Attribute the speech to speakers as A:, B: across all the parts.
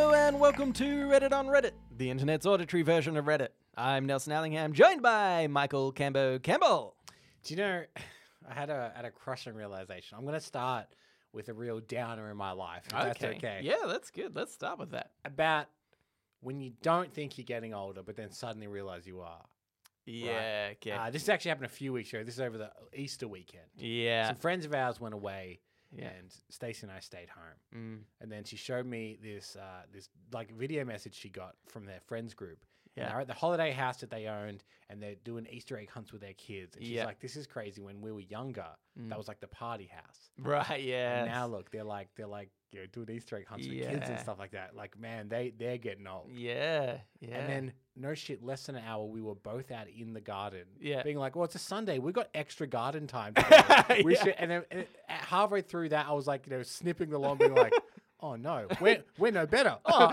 A: Welcome to Reddit on Reddit, the internet's auditory version of Reddit. I'm Nelson Allingham, joined by Michael Cambo Campbell.
B: Do you know? I had a had a crushing realization. I'm gonna start with a real downer in my life. If That's okay.
A: Yeah, that's good. Let's start with that.
B: About when you don't think you're getting older, but then suddenly realize you are.
A: Yeah, okay.
B: Uh, this actually happened a few weeks ago. This is over the Easter weekend.
A: yeah.
B: Some friends of ours went away,
A: Yeah.
B: and Stacey and I stayed home.
A: Mm,
B: And then she showed me this uh, this like video message she got from their friends group. And
A: Yeah.
B: they're at the holiday house that they owned, and they're doing Easter egg hunts with their kids. And she's
A: Yeah. Mm.
B: like, "This is crazy." When we were younger, that was like the party house.
A: Right, yeah.
B: And now look, they're like they're like you know doing Easter egg hunts with kids and
A: Yeah.
B: stuff like that. Like man, they they're getting old.
A: Yeah, yeah.
B: And then no shit, less than an hour, we were both out in the garden.
A: Yeah.
B: being like, well, it's a Sunday, we got extra garden time. today. We
A: Yeah.
B: should. And then and at- halfway through that, I was like, you know, snipping the lawn, being like. Oh no, we're we're no better. Oh,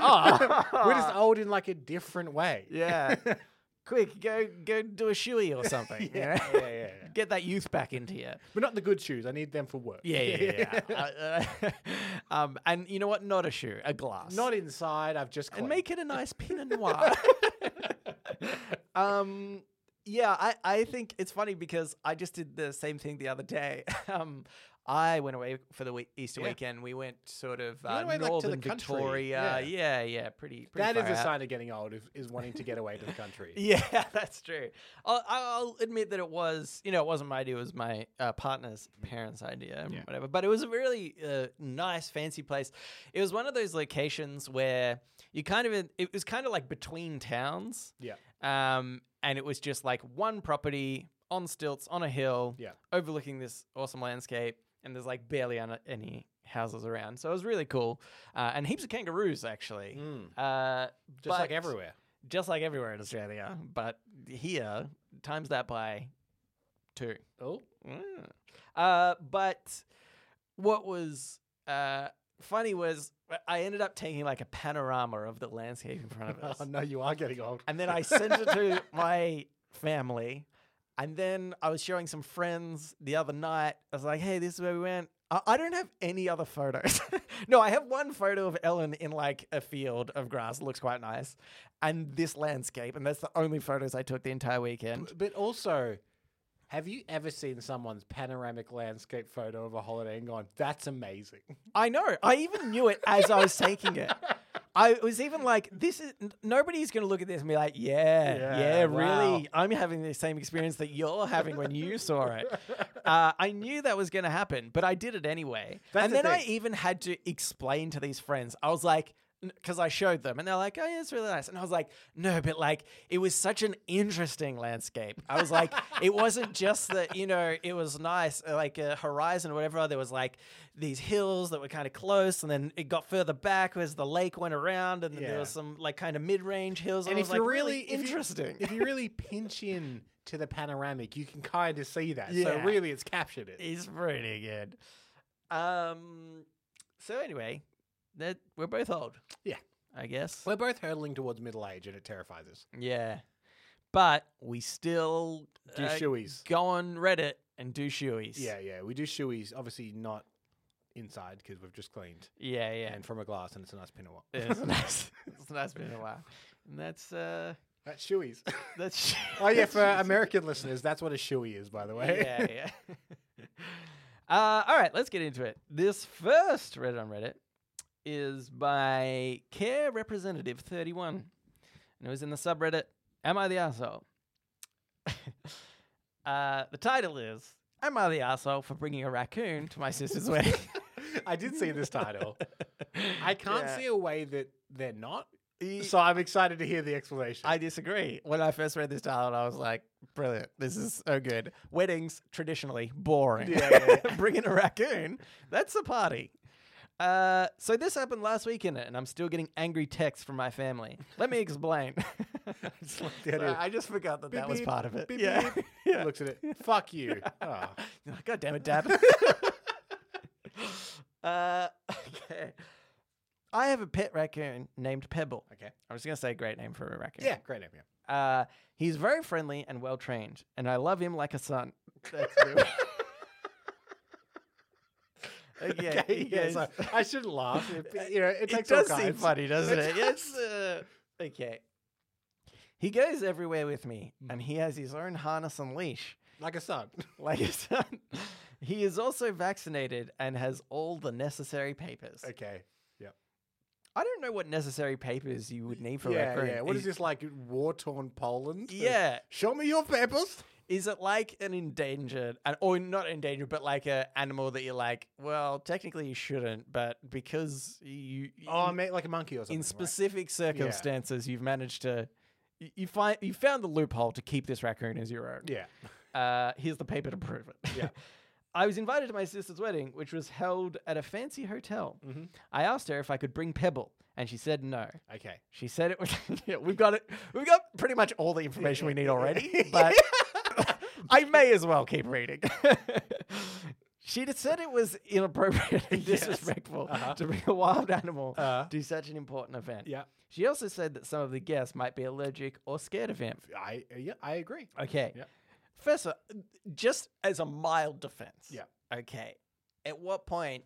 B: oh. we're just old in like a different way.
A: yeah. Quick, go go do a shoey or something. you
B: yeah,
A: know?
B: yeah, yeah, yeah.
A: Get that youth back into you.
B: But not the good shoes. I need them for work.
A: Yeah, yeah, yeah. Uh, uh, um, and you know what? Not a shoe, a glass.
B: not inside. I've just
A: and
B: cleaned.
A: make it a nice Pinot Noir. um, yeah, I, I think it's funny because I just did the same thing the other day. Um, I went away for the week, Easter
B: Yeah.
A: weekend. We went sort of
B: You went
A: uh,
B: away, like, to the
A: northern
B: country.
A: Victoria.
B: Yeah.
A: Yeah, yeah, pretty. pretty
B: That is
A: far
B: a
A: out.
B: sign of getting old is, is wanting to get away to the country.
A: Yeah, that's true. I'll, I'll admit that it was, you know, it wasn't my idea. It was my uh, partner's parents' idea and
B: Yeah.
A: whatever. But it was a really uh, nice, fancy place. It was one of those locations where you kind of, in, it was kind of like between towns.
B: Yeah.
A: Um, and it was just like one property on stilts on a hill
B: Yeah.
A: overlooking this awesome landscape. And there's like barely un- any houses around. So it was really cool. Uh, and heaps of kangaroos, actually.
B: Mm.
A: Uh,
B: Just like
A: but-
B: everywhere.
A: just like everywhere in Australia, but here times that by two.
B: Oh.
A: Mm. Uh, but what was uh, funny was I ended up taking like a panorama of the landscape in front of us,
B: oh, no, you are getting old.
A: and then I sent it to my family, and then I was showing some friends the other night. I was like, "Hey, this is where we went." I, I don't have any other photos. no, I have one photo of Ellen in like a field of grass. Looks quite nice, and this landscape, and that's the only photos I took the entire weekend.
B: But also, have you ever seen someone's panoramic landscape photo of a holiday and gone, that's amazing?
A: I know. I even knew it as I was taking it. I was even like, "This is n- nobody's going to look at this and be like, yeah, yeah,
B: Yeah, wow.
A: really, I'm having the same experience that you're having when you saw it." Uh, I knew that was going to happen, but I did it anyway.
B: That's
A: and
B: the
A: then I
B: thing.
A: even had to explain to these friends. I was like. Because I showed them and they're like, oh, yeah, it's really nice. And I was like, no, but like, it was such an interesting landscape. I was like, it wasn't just that, you know, it was nice, uh, like a horizon or whatever. There was like these hills that were kind of close and then it got further back as the lake went around and then there
B: Yeah.
A: was some like kind of mid range hills. And,
B: And
A: I
B: if
A: was like,
B: you're
A: really,
B: really, if you-
A: interesting.
B: if you really pinch in to the panoramic, you can kind of see that. So
A: Yeah.
B: really, it's captured it.
A: It's pretty good. Um. So anyway, that we're both old.
B: Yeah.
A: I guess.
B: We're both hurtling towards middle age and it terrifies us.
A: yeah, but we still
B: Do
A: uh,
B: shoeies.
A: go on Reddit and do shoeies.
B: Yeah, yeah. We do shoeies, obviously not inside because we've just cleaned
A: yeah, yeah.
B: and from a glass and it's a nice pinot.
A: it's nice. It's nice been a while, and that's uh,
B: That's shoeies.
A: that's.
B: Oh yeah, for American listeners, that's what a shoey is, by the way.
A: yeah, yeah. uh, all right, let's get into it. This first Reddit on Reddit is by Care Representative 31. And it was in the subreddit, Am I the Asshole? uh, the title is, Am I the Asshole for Bringing a Raccoon to My Sister's Wedding?
B: I did see this title. I can't
A: Yeah.
B: see a way that they're not. So I'm excited to hear the explanation.
A: I disagree. When I first read this title, I was like, brilliant. This is so good. Weddings, traditionally boring.
B: Yeah, yeah,
A: Bringing a raccoon, that's a party. Uh, so this happened last week in it, and I'm still getting angry texts from my family. Let me explain.
B: It's like the
A: Sorry,
B: idea of
A: I just forgot that that was
B: beep,
A: part of it.
B: beep,
A: yeah.
B: beep.
A: yeah.
B: looks at it. Fuck you. Oh.
A: You're like, God damn it, Dad. uh, okay. I have a pet raccoon named Pebble.
B: Okay.
A: I was going to say great name for a raccoon.
B: Yeah. Great name. Yeah.
A: Uh, he's very friendly and well trained, and I love him like a son. That's Okay,
B: Uh, yeah,
A: yes.
B: so I shouldn't laugh. It, you know, it
A: it
B: takes all
A: does seem
B: kinds.
A: funny, doesn't
B: It
A: it? Yes. uh, okay. He goes everywhere with me,
B: Mm-hmm.
A: and he has his own harness and leash.
B: Like a son.
A: Like his son. He is also vaccinated and has all the necessary papers.
B: Okay. Yep.
A: I don't know what necessary papers you would need for
B: yeah,
A: Raccoon.
B: yeah. What is this like war torn Poland?
A: Yeah.
B: Show me your papers.
A: Is it like an endangered, an, or not endangered, but like a animal that you're like, well, technically you shouldn't, but because you,
B: Oh, mate, like a monkey or something.
A: in
B: right?
A: specific circumstances, you've managed to, you, you find you found the loophole to keep this raccoon as your own.
B: Yeah.
A: Uh, here's the paper to prove it.
B: Yeah.
A: I was invited to my sister's wedding, which was held at a fancy hotel.
B: Mm-hmm.
A: I asked her if I could bring Pebble, and she said no.
B: Okay.
A: She said it was. yeah, we've got it. We've got pretty much all the information we need already, but I may as well keep reading. she just said it was inappropriate and
B: Yes.
A: disrespectful
B: Uh-huh.
A: to bring a wild animal
B: Uh-huh.
A: to such an important event.
B: Yeah.
A: She also said that some of the guests might be allergic or scared of him.
B: I yeah, I agree.
A: Okay.
B: Yep.
A: Professor, just as a mild defense.
B: Yep.
A: Okay. At what point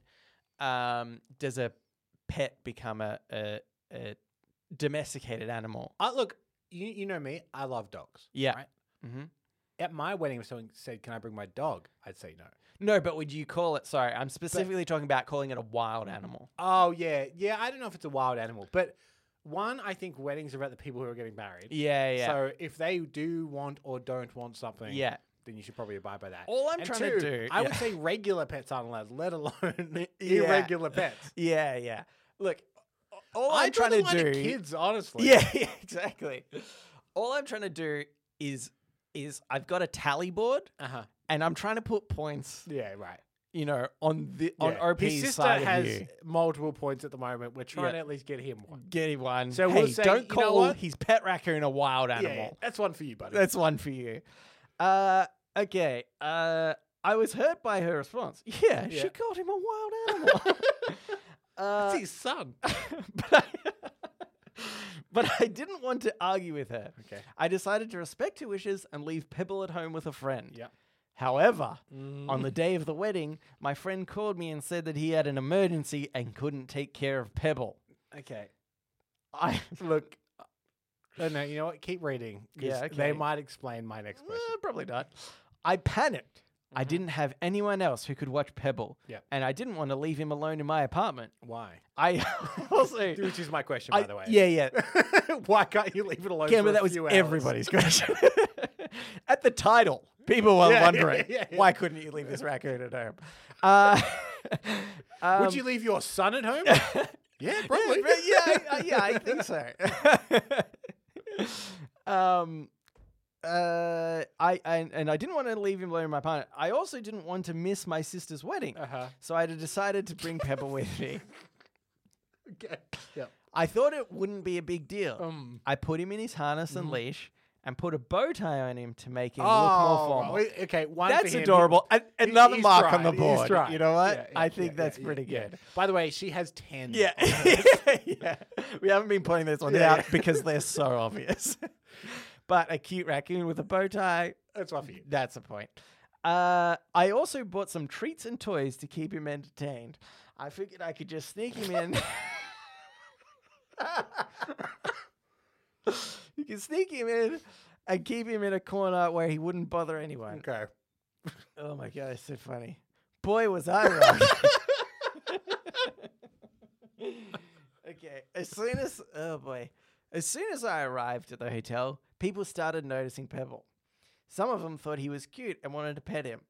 A: um, does a pet become a, a, a domesticated animal?
B: I look, you you know me. I love dogs.
A: Yeah.
B: Right.
A: hmm
B: At my wedding, if someone said, "Can I bring my dog?" I'd say no.
A: No, but would you call it? Sorry, I'm specifically talking about calling it a wild animal.
B: Oh yeah, yeah. I don't know if it's a wild animal, but one, I think weddings are about the people who are getting married.
A: Yeah, yeah.
B: So if they do want or don't want something,
A: Yeah.
B: then you should probably abide by that.
A: All I'm
B: And
A: trying to do-
B: I would
A: yeah.
B: say regular pets aren't allowed, let alone
A: Yeah.
B: irregular pets.
A: yeah, yeah. Look, all
B: I
A: I'm
B: draw
A: trying
B: the
A: to
B: line
A: do
B: at kids, honestly.
A: Yeah, yeah, exactly. All I'm trying to do is is I've got a tally board
B: Uh huh.
A: and I'm trying to put points,
B: Yeah. Right.
A: you know, on the on
B: Yeah.
A: OP's
B: His sister
A: side
B: has
A: of you.
B: multiple points at the moment. We're trying
A: Yeah.
B: to at least get him one.
A: Get him one.
B: So
A: So
B: we'll
A: hey,
B: say,
A: don't
B: you know
A: call
B: what?
A: his pet raccoon a wild
B: Yeah,
A: animal.
B: yeah, that's one for you, buddy.
A: That's one for you. Uh, okay. Uh, I was hurt by her response. Yeah,
B: Yeah.
A: she called him a wild animal. uh,
B: That's his son.
A: but, I, but I didn't want to argue with her.
B: Okay.
A: I decided to respect her wishes and leave Pebble at home with a friend.
B: Yep.
A: However,
B: Mm.
A: on the day of the wedding, my friend called me and said that he had an emergency and couldn't take care of Pebble.
B: Okay.
A: I
B: Look. No, no, you know what? Keep reading. 'cause
A: Yeah,
B: They
A: okay.
B: might explain my next question.
A: Uh, probably not. I panicked.
B: Mm-hmm.
A: I didn't have anyone else who could watch Pebble.
B: Yep.
A: And I didn't want to leave him alone in my apartment.
B: Why?
A: I also.
B: Which is my question,
A: Mm. I-
B: by the way.
A: Yeah, yeah.
B: Why can't you leave it alone?
A: Yeah,
B: for
A: but
B: a
A: that was
B: few hours?
A: everybody's question. at the title, people were
B: Yeah, yeah,
A: wondering
B: yeah, yeah.
A: why couldn't you leave this raccoon at home? Uh, um,
B: Would you leave your son at home? yeah,
A: yeah,
B: probably.
A: right, yeah, I, I- yeah, I think so. um, uh, I, I and I didn't want to leave him alone in my apartment. I also didn't want to miss my sister's wedding,
B: Uh-huh.
A: so I decided to bring Pepper with me.
B: Okay. Yep.
A: I thought it wouldn't be a big deal.
B: Um. Mm-hmm.
A: I put him in his harness and leash and put a bow tie on him to make him look more
B: Oh,
A: formal.
B: well, okay. One for
A: That's
B: him.
A: adorable. An- Another
B: He's
A: mark on
B: tried.
A: the
B: He's
A: board.
B: tried.
A: You know what?
B: Yeah, yeah,
A: I think
B: yeah,
A: that's
B: yeah,
A: pretty
B: yeah.
A: good.
B: By the way, she has ten.
A: Yeah. yeah. We haven't been pointing this one
B: Yeah,
A: out
B: yeah.
A: because they're so obvious. but a cute raccoon with a bow tie,
B: that's one for you.
A: that's a point. Uh, I also bought some treats and toys to keep him entertained. I figured I could just sneak him in. you can sneak him in and keep him in a corner where he wouldn't bother anyone.
B: Okay.
A: Oh my god, it's so funny. Boy, was I wrong. okay, as soon as oh boy, as soon as I arrived at the hotel, people started noticing Pebble. Some of them thought he was cute and wanted to pet him.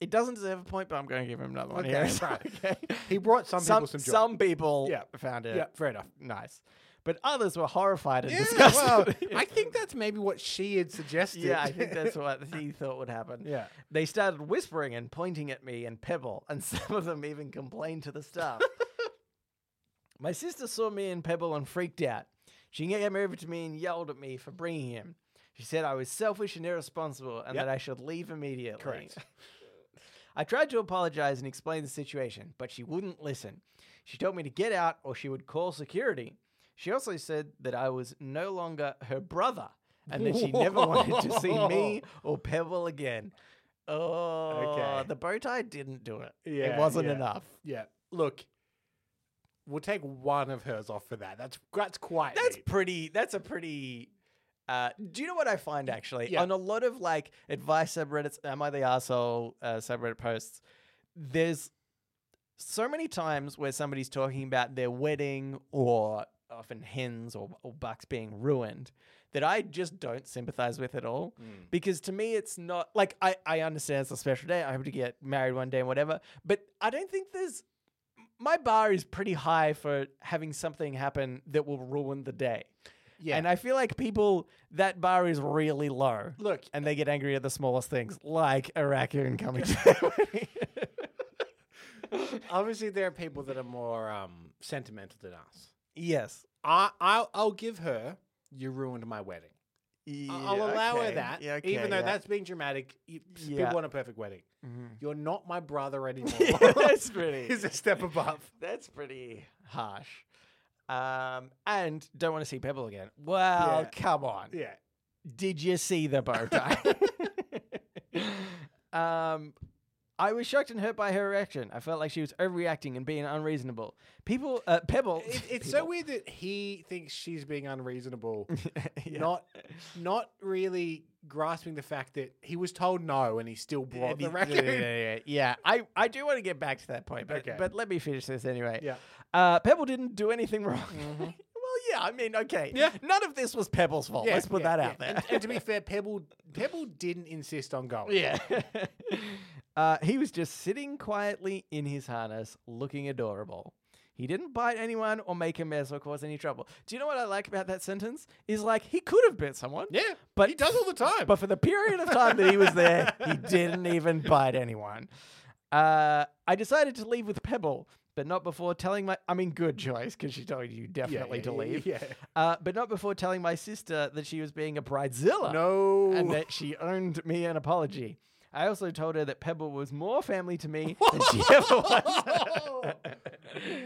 A: It doesn't deserve a point, but I'm going to give him another one here.
B: Okay, right. He brought some,
A: Some
B: people some joy.
A: some people
B: Yeah.
A: found it
B: yeah, fair enough.
A: nice, but others were horrified and
B: Yeah,
A: disgusted.
B: well, I think that's maybe what she had suggested.
A: yeah, I think that's what he thought would happen.
B: yeah.
A: They started whispering and pointing at me and Pebble, and some of them even complained to the staff. My sister saw me and Pebble and freaked out. She came over to me and yelled at me for bringing him. She said I was selfish and irresponsible and
B: Yep.
A: that I should leave immediately.
B: Correct.
A: I tried to apologize and explain the situation, but she wouldn't listen. She told me to get out or she would call security. She also said that I was no longer her brother and that she never wanted to see me or Pebble again. Oh, the bow tie didn't do it. it
B: Yeah,
A: wasn't
B: yeah.
A: enough.
B: Yeah. Look, we'll take one of hers off for that. That's that's quite.
A: That's
B: neat.
A: pretty. That's a pretty. Uh, do you know what I find actually
B: Yeah.
A: on a lot of like advice subreddits? Am I the asshole? Uh, subreddit posts. There's so many times where somebody's talking about their wedding or often hens or, or bucks being ruined that I just don't sympathize with at all.
B: Mm.
A: Because to me, it's not like I, I understand it's a special day. I hope to get married one day and whatever. But I don't think there's my bar is pretty high for having something happen that will ruin the day.
B: Yeah.
A: And I feel like people, that bar is really low.
B: Look,
A: And they get angry at the smallest things, like a raccoon coming to their wedding.
B: obviously there are people that are more um, sentimental than us.
A: yes.
B: I I'll, I'll give her. You ruined my wedding. I- I'll
A: Yeah,
B: allow her
A: okay.
B: that,
A: Yeah, okay,
B: even though
A: yeah.
B: that's being dramatic. You,
A: Yeah.
B: People want a perfect wedding.
A: Mhm.
B: You're not my brother anymore.
A: Mm-hmm. that's pretty.
B: He's a step above.
A: That's pretty harsh. Um, and don't want to see Pebble again. Well,
B: Yeah.
A: come on.
B: Yeah.
A: Did you see the bow tie? um, I was shocked and hurt by her reaction. I felt like she was overreacting and being unreasonable. People, uh, Pebble.
B: It, it's so weird that he thinks she's being unreasonable,
A: weird.
B: not not really grasping the fact that he was told no and he still brought the
A: Yeah,
B: raccoon.
A: yeah, yeah, yeah. Yeah, I, I do want to get back to that point, but,
B: Okay.
A: but let me finish this anyway.
B: Yeah. Mm-hmm.
A: Uh, Pebble didn't do anything wrong. well, yeah, I mean, okay.
B: Yeah.
A: None of this was Pebble's fault.
B: Yeah,
A: Let's put
B: yeah,
A: that out
B: yeah.
A: there.
B: And, and to be fair, Pebble Pebble didn't insist on going.
A: Yeah. uh, he was just sitting quietly in his harness, looking adorable. He didn't bite anyone or make a mess or cause any trouble. Do you know what I like about that sentence? Is like he could have bit someone.
B: Yeah,
A: But-
B: he does all the time.
A: But for the period of time that he was there, he didn't even bite anyone. Uh, I decided to leave with Pebble, but not before telling my. I mean, good choice, because she told you
B: Yeah,
A: definitely
B: yeah,
A: to
B: yeah,
A: leave.
B: Yeah.
A: Uh, but not before telling my sister that she was being a bridezilla
B: No.
A: and that she owned me an apology. I also told her that Pebble was more family to me than she ever was.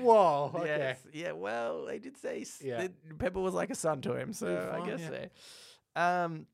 B: Whoa. Okay.
A: Yes. Yeah. Well, they did say s-
B: Yeah.
A: that Pebble was like a son to him, so I
B: fine,
A: guess
B: yeah.
A: so. Um,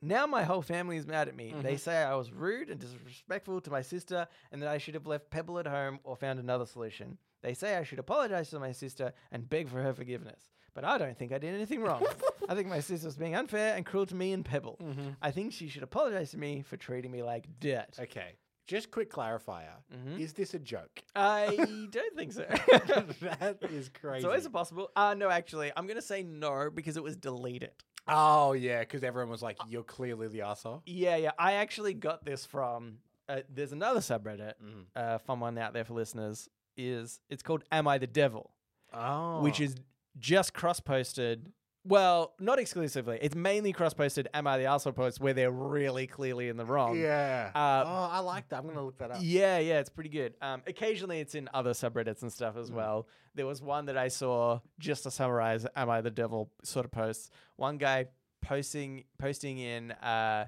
A: now my whole family is mad at me. They
B: Mhm.
A: say I was rude and disrespectful to my sister, and that I should have left Pebble at home or found another solution. They say I should apologize to my sister and beg for her forgiveness. But I don't think I did anything wrong. I think my sister was being unfair and cruel to me and Pebble.
B: Mm-hmm.
A: I think she should apologize to me for treating me like dirt.
B: Okay. Just quick clarifier.
A: Mhm.
B: Is this a joke?
A: I don't think so.
B: that is crazy.
A: So is it possible? Uh, no, actually, I'm going to say no because it was deleted.
B: oh yeah, because everyone was like, "You're clearly the asshole."
A: Yeah, yeah. I actually got this from. Uh, there's another subreddit,
B: Mm.
A: uh, fun one out there for listeners. Is it's called "Am I the Devil,"
B: Oh,
A: which is just cross-posted. Well, not exclusively. It's mainly cross-posted "Am I the Asshole" posts where they're really clearly in the wrong.
B: Oh. yeah.
A: Uh,
B: oh, I like that. I'm gonna look that up.
A: Yeah, yeah, it's pretty good. Um, occasionally, it's in other subreddits and stuff as well. There was one that I saw just to summarize "Am I the Devil" sort of posts. One guy posting posting in uh,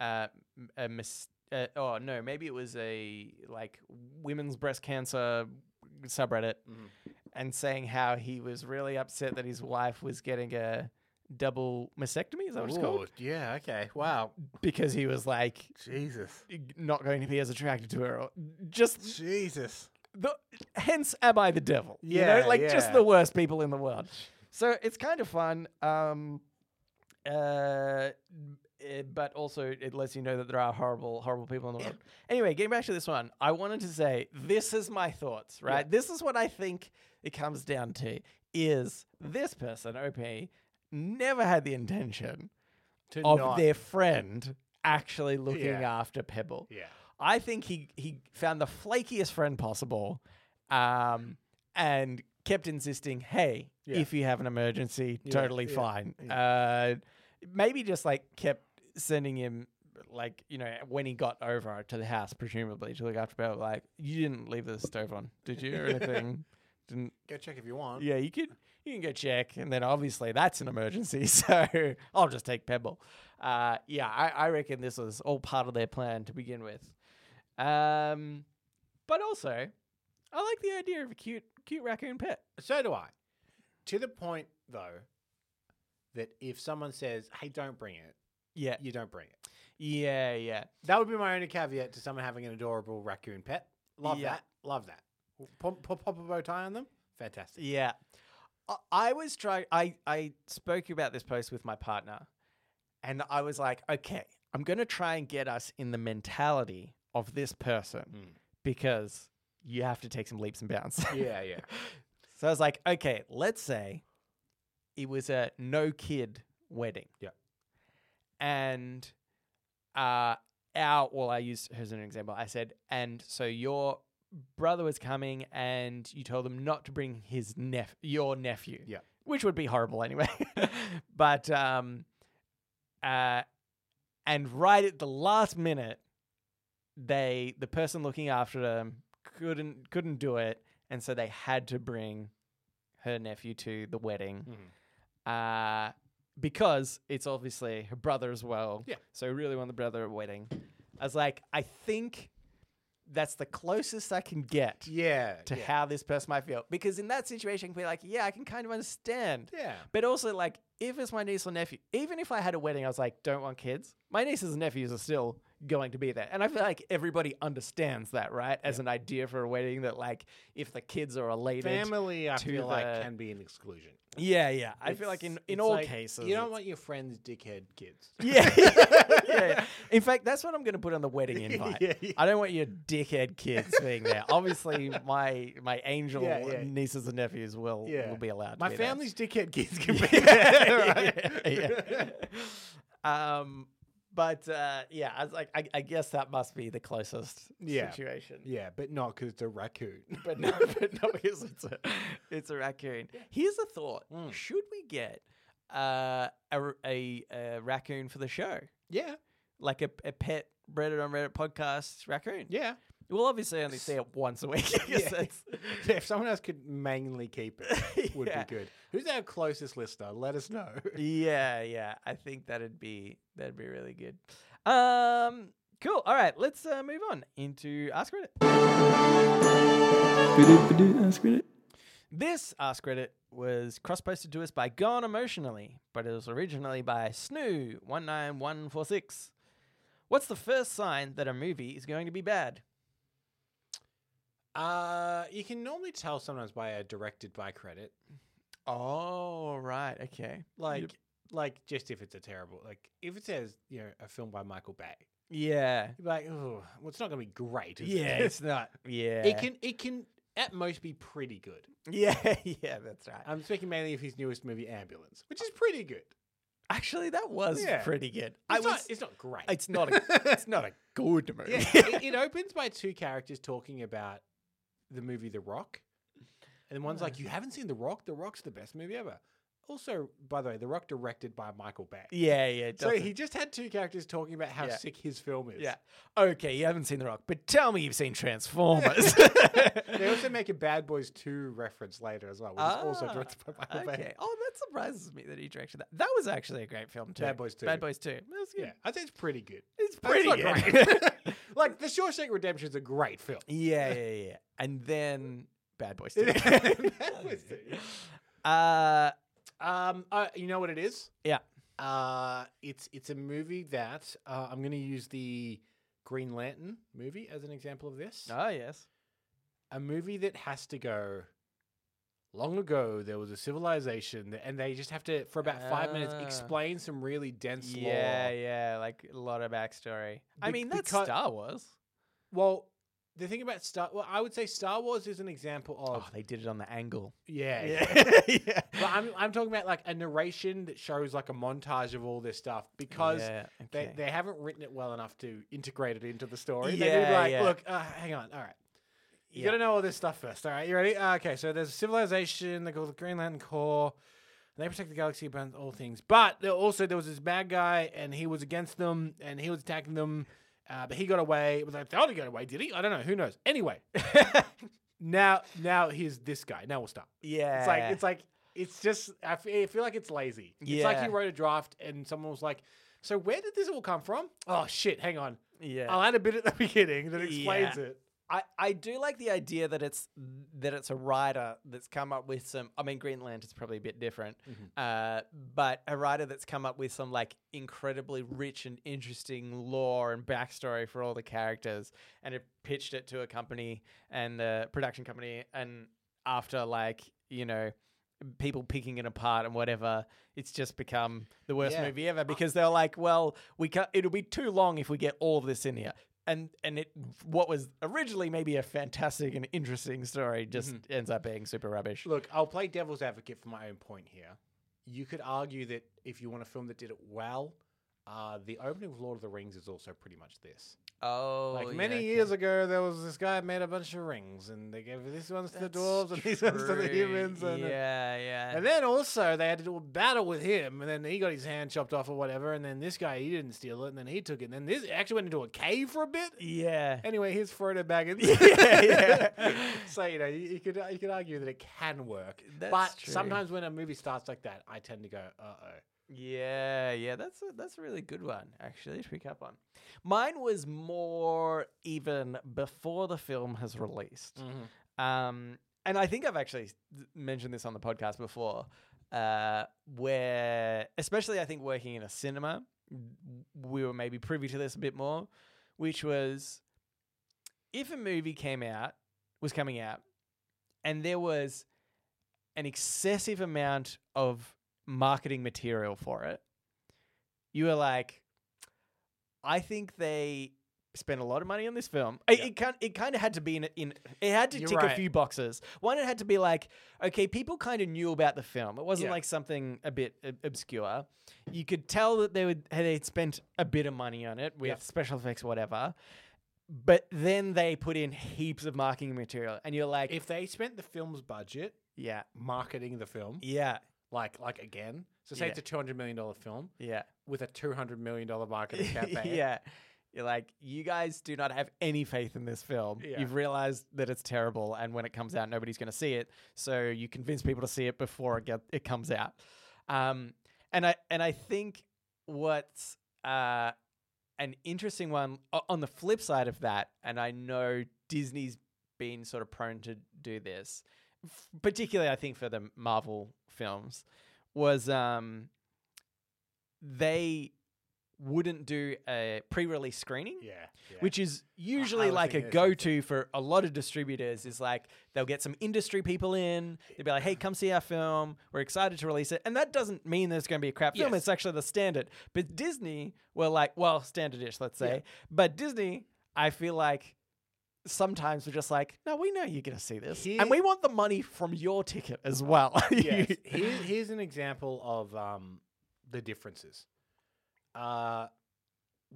A: uh, m- a mis- uh, oh no, maybe it was a like women's breast cancer subreddit,
B: Mhm.
A: and saying how he was really upset that his wife was getting a double mastectomy. Is that what it's
B: Ooh,
A: called?
B: Yeah. Okay. Wow.
A: Because he was like
B: Jesus.
A: not going to be as attracted to her, or just
B: Jesus.
A: the hence am I the devil? you
B: Yeah,
A: know? like just
B: yeah.
A: the worst people in the world. So it's kind of fun, um, uh, eh, but also it lets you know that there are horrible, horrible people in the world. Anyway, getting back to this one, I wanted to say this is my thoughts. Right, this is what I think it comes down to: is this person OP never had the intention
B: To
A: of
B: not-
A: their friend actually looking
B: Yeah.
A: after Pebble.
B: Yeah.
A: I think he he found the flakiest friend possible, um, and kept insisting, "Hey,
B: Yeah.
A: if you have an emergency,
B: Yeah,
A: totally
B: yeah,
A: fine." Uh, maybe just like kept sending him, like you know, when he got over to the house, presumably to look after Bell. Like you didn't leave the stove on, did you, or anything? didn't
B: Go check if you want.
A: yeah, you could you can go check, and then obviously that's an emergency, so I'll just take Pebble. Uh, yeah, I, I reckon this was all part of their plan to begin with. Um, but also, I like the idea of a cute cute raccoon pet.
B: So do I. To the point though, that if someone says, "Hey, don't bring it,"
A: Yeah,
B: you don't bring it.
A: Yeah, yeah.
B: That would be my only caveat to someone having an adorable raccoon pet. Love
A: Yeah.
B: that. Love that. Pop, pop, pop a bow tie on them. Fantastic.
A: Yeah. I- I was trying, I, I spoke about this post with my partner, and I was like, okay, I'm going to try and get us in the mentality of this person
B: Mm.
A: because you have to take some leaps and bounds.
B: Yeah, yeah.
A: so I was like, okay, let's say it was a no kid wedding.
B: Yeah.
A: And uh, our, well, I used her as an example. I said, and so your brother was coming and you told them not to bring his nep- your nephew.
B: Yeah.
A: Which would be horrible anyway. but, um, uh, and right at the last minute, they the person looking after them couldn't couldn't do it, and so they had to bring her nephew to the wedding, uh, because it's obviously her brother as well.
B: Yeah.
A: So we really want the brother at wedding. I was like, I think that's the closest I can get
B: Yeah.
A: to
B: yeah.
A: how this person might feel, because in that situation, I can be like, yeah, I can kind of understand.
B: Yeah.
A: But also, like, if it's my niece or nephew, even if I had a wedding, I was like, don't want kids. My nieces and nephews are still going to be there, and I feel like everybody understands that, right? As an idea for a wedding, that like, if the kids are related,
B: Family, I
A: to
B: feel like,
A: the-
B: can be an exclusion.
A: yeah, yeah. I feel like in
B: It's-
A: in
B: it's
A: all
B: like,
A: cases,
B: You don't
A: it's-
B: want your friend's dickhead kids.
A: yeah, yeah, yeah. In fact, that's what I'm going to put on the wedding invite.
B: Yeah, yeah.
A: I don't want your dickhead kids being there. Obviously, my my angel
B: Yeah, yeah.
A: nieces and nephews will
B: Yeah.
A: will be allowed.
B: My
A: to be there.
B: family's dickhead kids can be there.
A: yeah,
B: right?
A: yeah, yeah. Um, but uh, yeah, I was like, I, I guess that must be the closest
B: Yeah.
A: situation.
B: Yeah, but not because it's a raccoon.
A: But no, but no, because it's a, it's a raccoon. Here's a thought:
B: Mm.
A: Should we get uh, a, r- a- a raccoon for the show,
B: Yeah,
A: like a, a pet Reddit on Reddit podcast raccoon?
B: yeah.
A: We'll obviously only see it once a week. 'cause
B: Yeah.
A: that's-
B: Yeah, if someone else could mainly keep it, would
A: Yeah.
B: be good. Who's our closest listener? Let us know.
A: yeah, yeah. I think that'd be that'd be really good. Um, cool. All right, let's uh, move on into Ask Reddit. This Ask Reddit was cross-posted to us by Gone Emotionally, but it was originally by Snoo one nine one four six. What's the first sign that a movie is going to be bad?
B: Uh, you can normally tell sometimes by a directed by credit,
A: Oh, right. Okay.
B: like like just if it's a terrible, like if it says you know a film by Michael Bay,
A: yeah.
B: you'd be like, oh, well, it's not gonna be great. is it?"
A: Yeah, it's not. Yeah.
B: it can it can at most be pretty good.
A: yeah, yeah, that's right.
B: I'm speaking mainly of his newest movie, Ambulance, which is pretty good.
A: Actually, that was
B: Yeah.
A: pretty good.
B: It's
A: I was.
B: not, it's not great.
A: it's not. A, it's not a good movie.
B: Yeah, it, it opens by two characters talking about the movie The Rock. And one's
A: Mm.
B: like, You haven't seen The Rock? The Rock's the best movie ever. Also, by the way, The Rock directed by Michael Bay.
A: yeah, yeah. it
B: so
A: doesn't-
B: he just had two characters talking about how
A: Yeah.
B: sick his film is.
A: yeah. Okay, you haven't seen The Rock, but tell me you've seen Transformers.
B: They also make a Bad Boys 2 reference later as well, which is also
A: Ah,
B: directed by Michael Bay.
A: okay. Oh, that surprises me that he directed that. That was actually a great film too.
B: Bad Boys 2.
A: Bad Boys Two. That was good.
B: Yeah, I'd say it's pretty good.
A: It's
B: But it's
A: pretty
B: not
A: good.
B: great. like, The Shawshank Redemption is a great film.
A: yeah, yeah, yeah. And then Bad Boys Two.
B: Bad Boys 2.
A: Uh,
B: Um, uh, you know what it is?
A: Yeah.
B: Uh, it's it's a movie that uh, I'm going to use the Green Lantern movie as an example of this.
A: oh yes.
B: A movie that has to go. Long ago, there was a civilization, that, and they just have to, for about five minutes,
A: Ah.
B: explain some really dense
A: Yeah,
B: lore.
A: yeah. Like a lot of backstory. I
B: Bec-
A: mean, that's
B: becau-
A: Star Wars.
B: Well, the thing about Star, well, I would say Star Wars is an example of
A: Oh, they did it on the angle.
B: yeah. but I'm I'm talking about like a narration that shows like a montage of all this stuff because
A: Yeah,
B: They,
A: okay.
B: they haven't written it well enough to integrate it into the story. They need to be
A: Yeah,
B: like,
A: yeah.
B: look, uh, hang on, all right. You
A: Yeah.
B: gotta know all this stuff first. All right, you ready? Uh, okay, so there's a civilization they call the Green Lantern Corps. They protect the galaxy against all things, but there also there was this bad guy, and he was against them, and he was attacking them, uh, but he got away. It was like, oh, he got away, did he? I don't know. Who knows? Anyway, now now here's this guy. Now we'll stop.
A: yeah.
B: It's like it's like it's just I fe- I feel like it's lazy. It's like
A: Yeah.
B: you wrote a draft and someone was like, "So where did this all come from?" Oh shit, hang on.
A: yeah.
B: I'll add a bit at the beginning that explains
A: Yeah.
B: it.
A: I, I do like the idea that it's that it's a writer that's come up with some. I mean, Green Lantern's probably a bit different, uh, but a writer that's come up with some like incredibly rich and interesting lore and backstory for all the characters, and it pitched it to a company and a production company, and after like you know people picking it apart and whatever, it's just become the worst
B: Yeah.
A: movie ever because they're like, well, we can't, it'll be too long if we get all of this in here. And and it what was originally maybe a fantastic and interesting story just ends up being super rubbish.
B: Look, I'll play devil's advocate for my own point here. You could argue that if you want a film that did it well, uh, the opening of Lord of the Rings is also pretty much this.
A: Oh,
B: Like many years ago, there was this guy made a bunch of rings, and they gave these ones to the dwarves and these ones to the humans.
A: uh,
B: And, uh,
A: yeah, yeah.
B: and then also they had to do a battle with him, and then he got his hand chopped off or whatever, and then this guy he didn't steal it, and then he took it, and then this it actually went into a cave for a bit.
A: yeah.
B: Anyway, here's Frodo Baggins.
A: Yeah, yeah.
B: so you know, you, you could you could argue that it can work,
A: That's
B: but
A: true.
B: sometimes when a movie starts like that, I tend to go, uh oh.
A: Yeah, yeah, that's a, that's a really good one actually to pick up on. Mine was more even before the film has released, um, and I think I've actually s- mentioned this on the podcast before, uh, where especially I think working in a cinema, w- we were maybe privy to this a bit more, which was if a movie came out was coming out, and there was an excessive amount of marketing material for it, you were like, I think they spent a lot of money on this film. It,
B: Yeah.
A: it kind it kind of had to be in, in it had to
B: You're
A: tick
B: right.
A: a few boxes. One, it had to be like, okay, people kind of knew about the film. It wasn't
B: Yeah.
A: like something a bit ob- obscure. You could tell that they would had they'd spent a bit of money on it with
B: Yeah.
A: special effects, whatever. But then they put in heaps of marketing material, and you're like,
B: If they spent the film's budget
A: yeah,
B: marketing the film,
A: yeah,
B: like like again, so say
A: Yeah.
B: it's a two hundred million dollar film
A: yeah.
B: with a two hundred million dollar marketing campaign.
A: yeah. You're like, you guys do not have any faith in this film.
B: Yeah.
A: You've realized that it's terrible, and when it comes out, nobody's going to see it. So you convince people to see it before it get, it comes out. Um, and I and I think what's uh, an interesting one o- on the flip side of that, and I know Disney's been sort of prone to do this, f- particularly I think for the Marvel films, was um, they wouldn't do a pre-release screening
B: yeah, yeah.
A: which is usually
B: was
A: like a
B: thinking the same
A: go-to for a lot of distributors is like they'll get some industry people in they'll be like hey come see our film we're excited to release it and that doesn't mean that it's going to be a crap film
B: Yes.
A: it's actually the standard but disney were like well standardish let's say but disney i feel like sometimes we're just like no we know you're going to see this
B: Here-
A: and we want the money from your ticket as well
B: yes. Here, here's an example of um, the differences. Uh,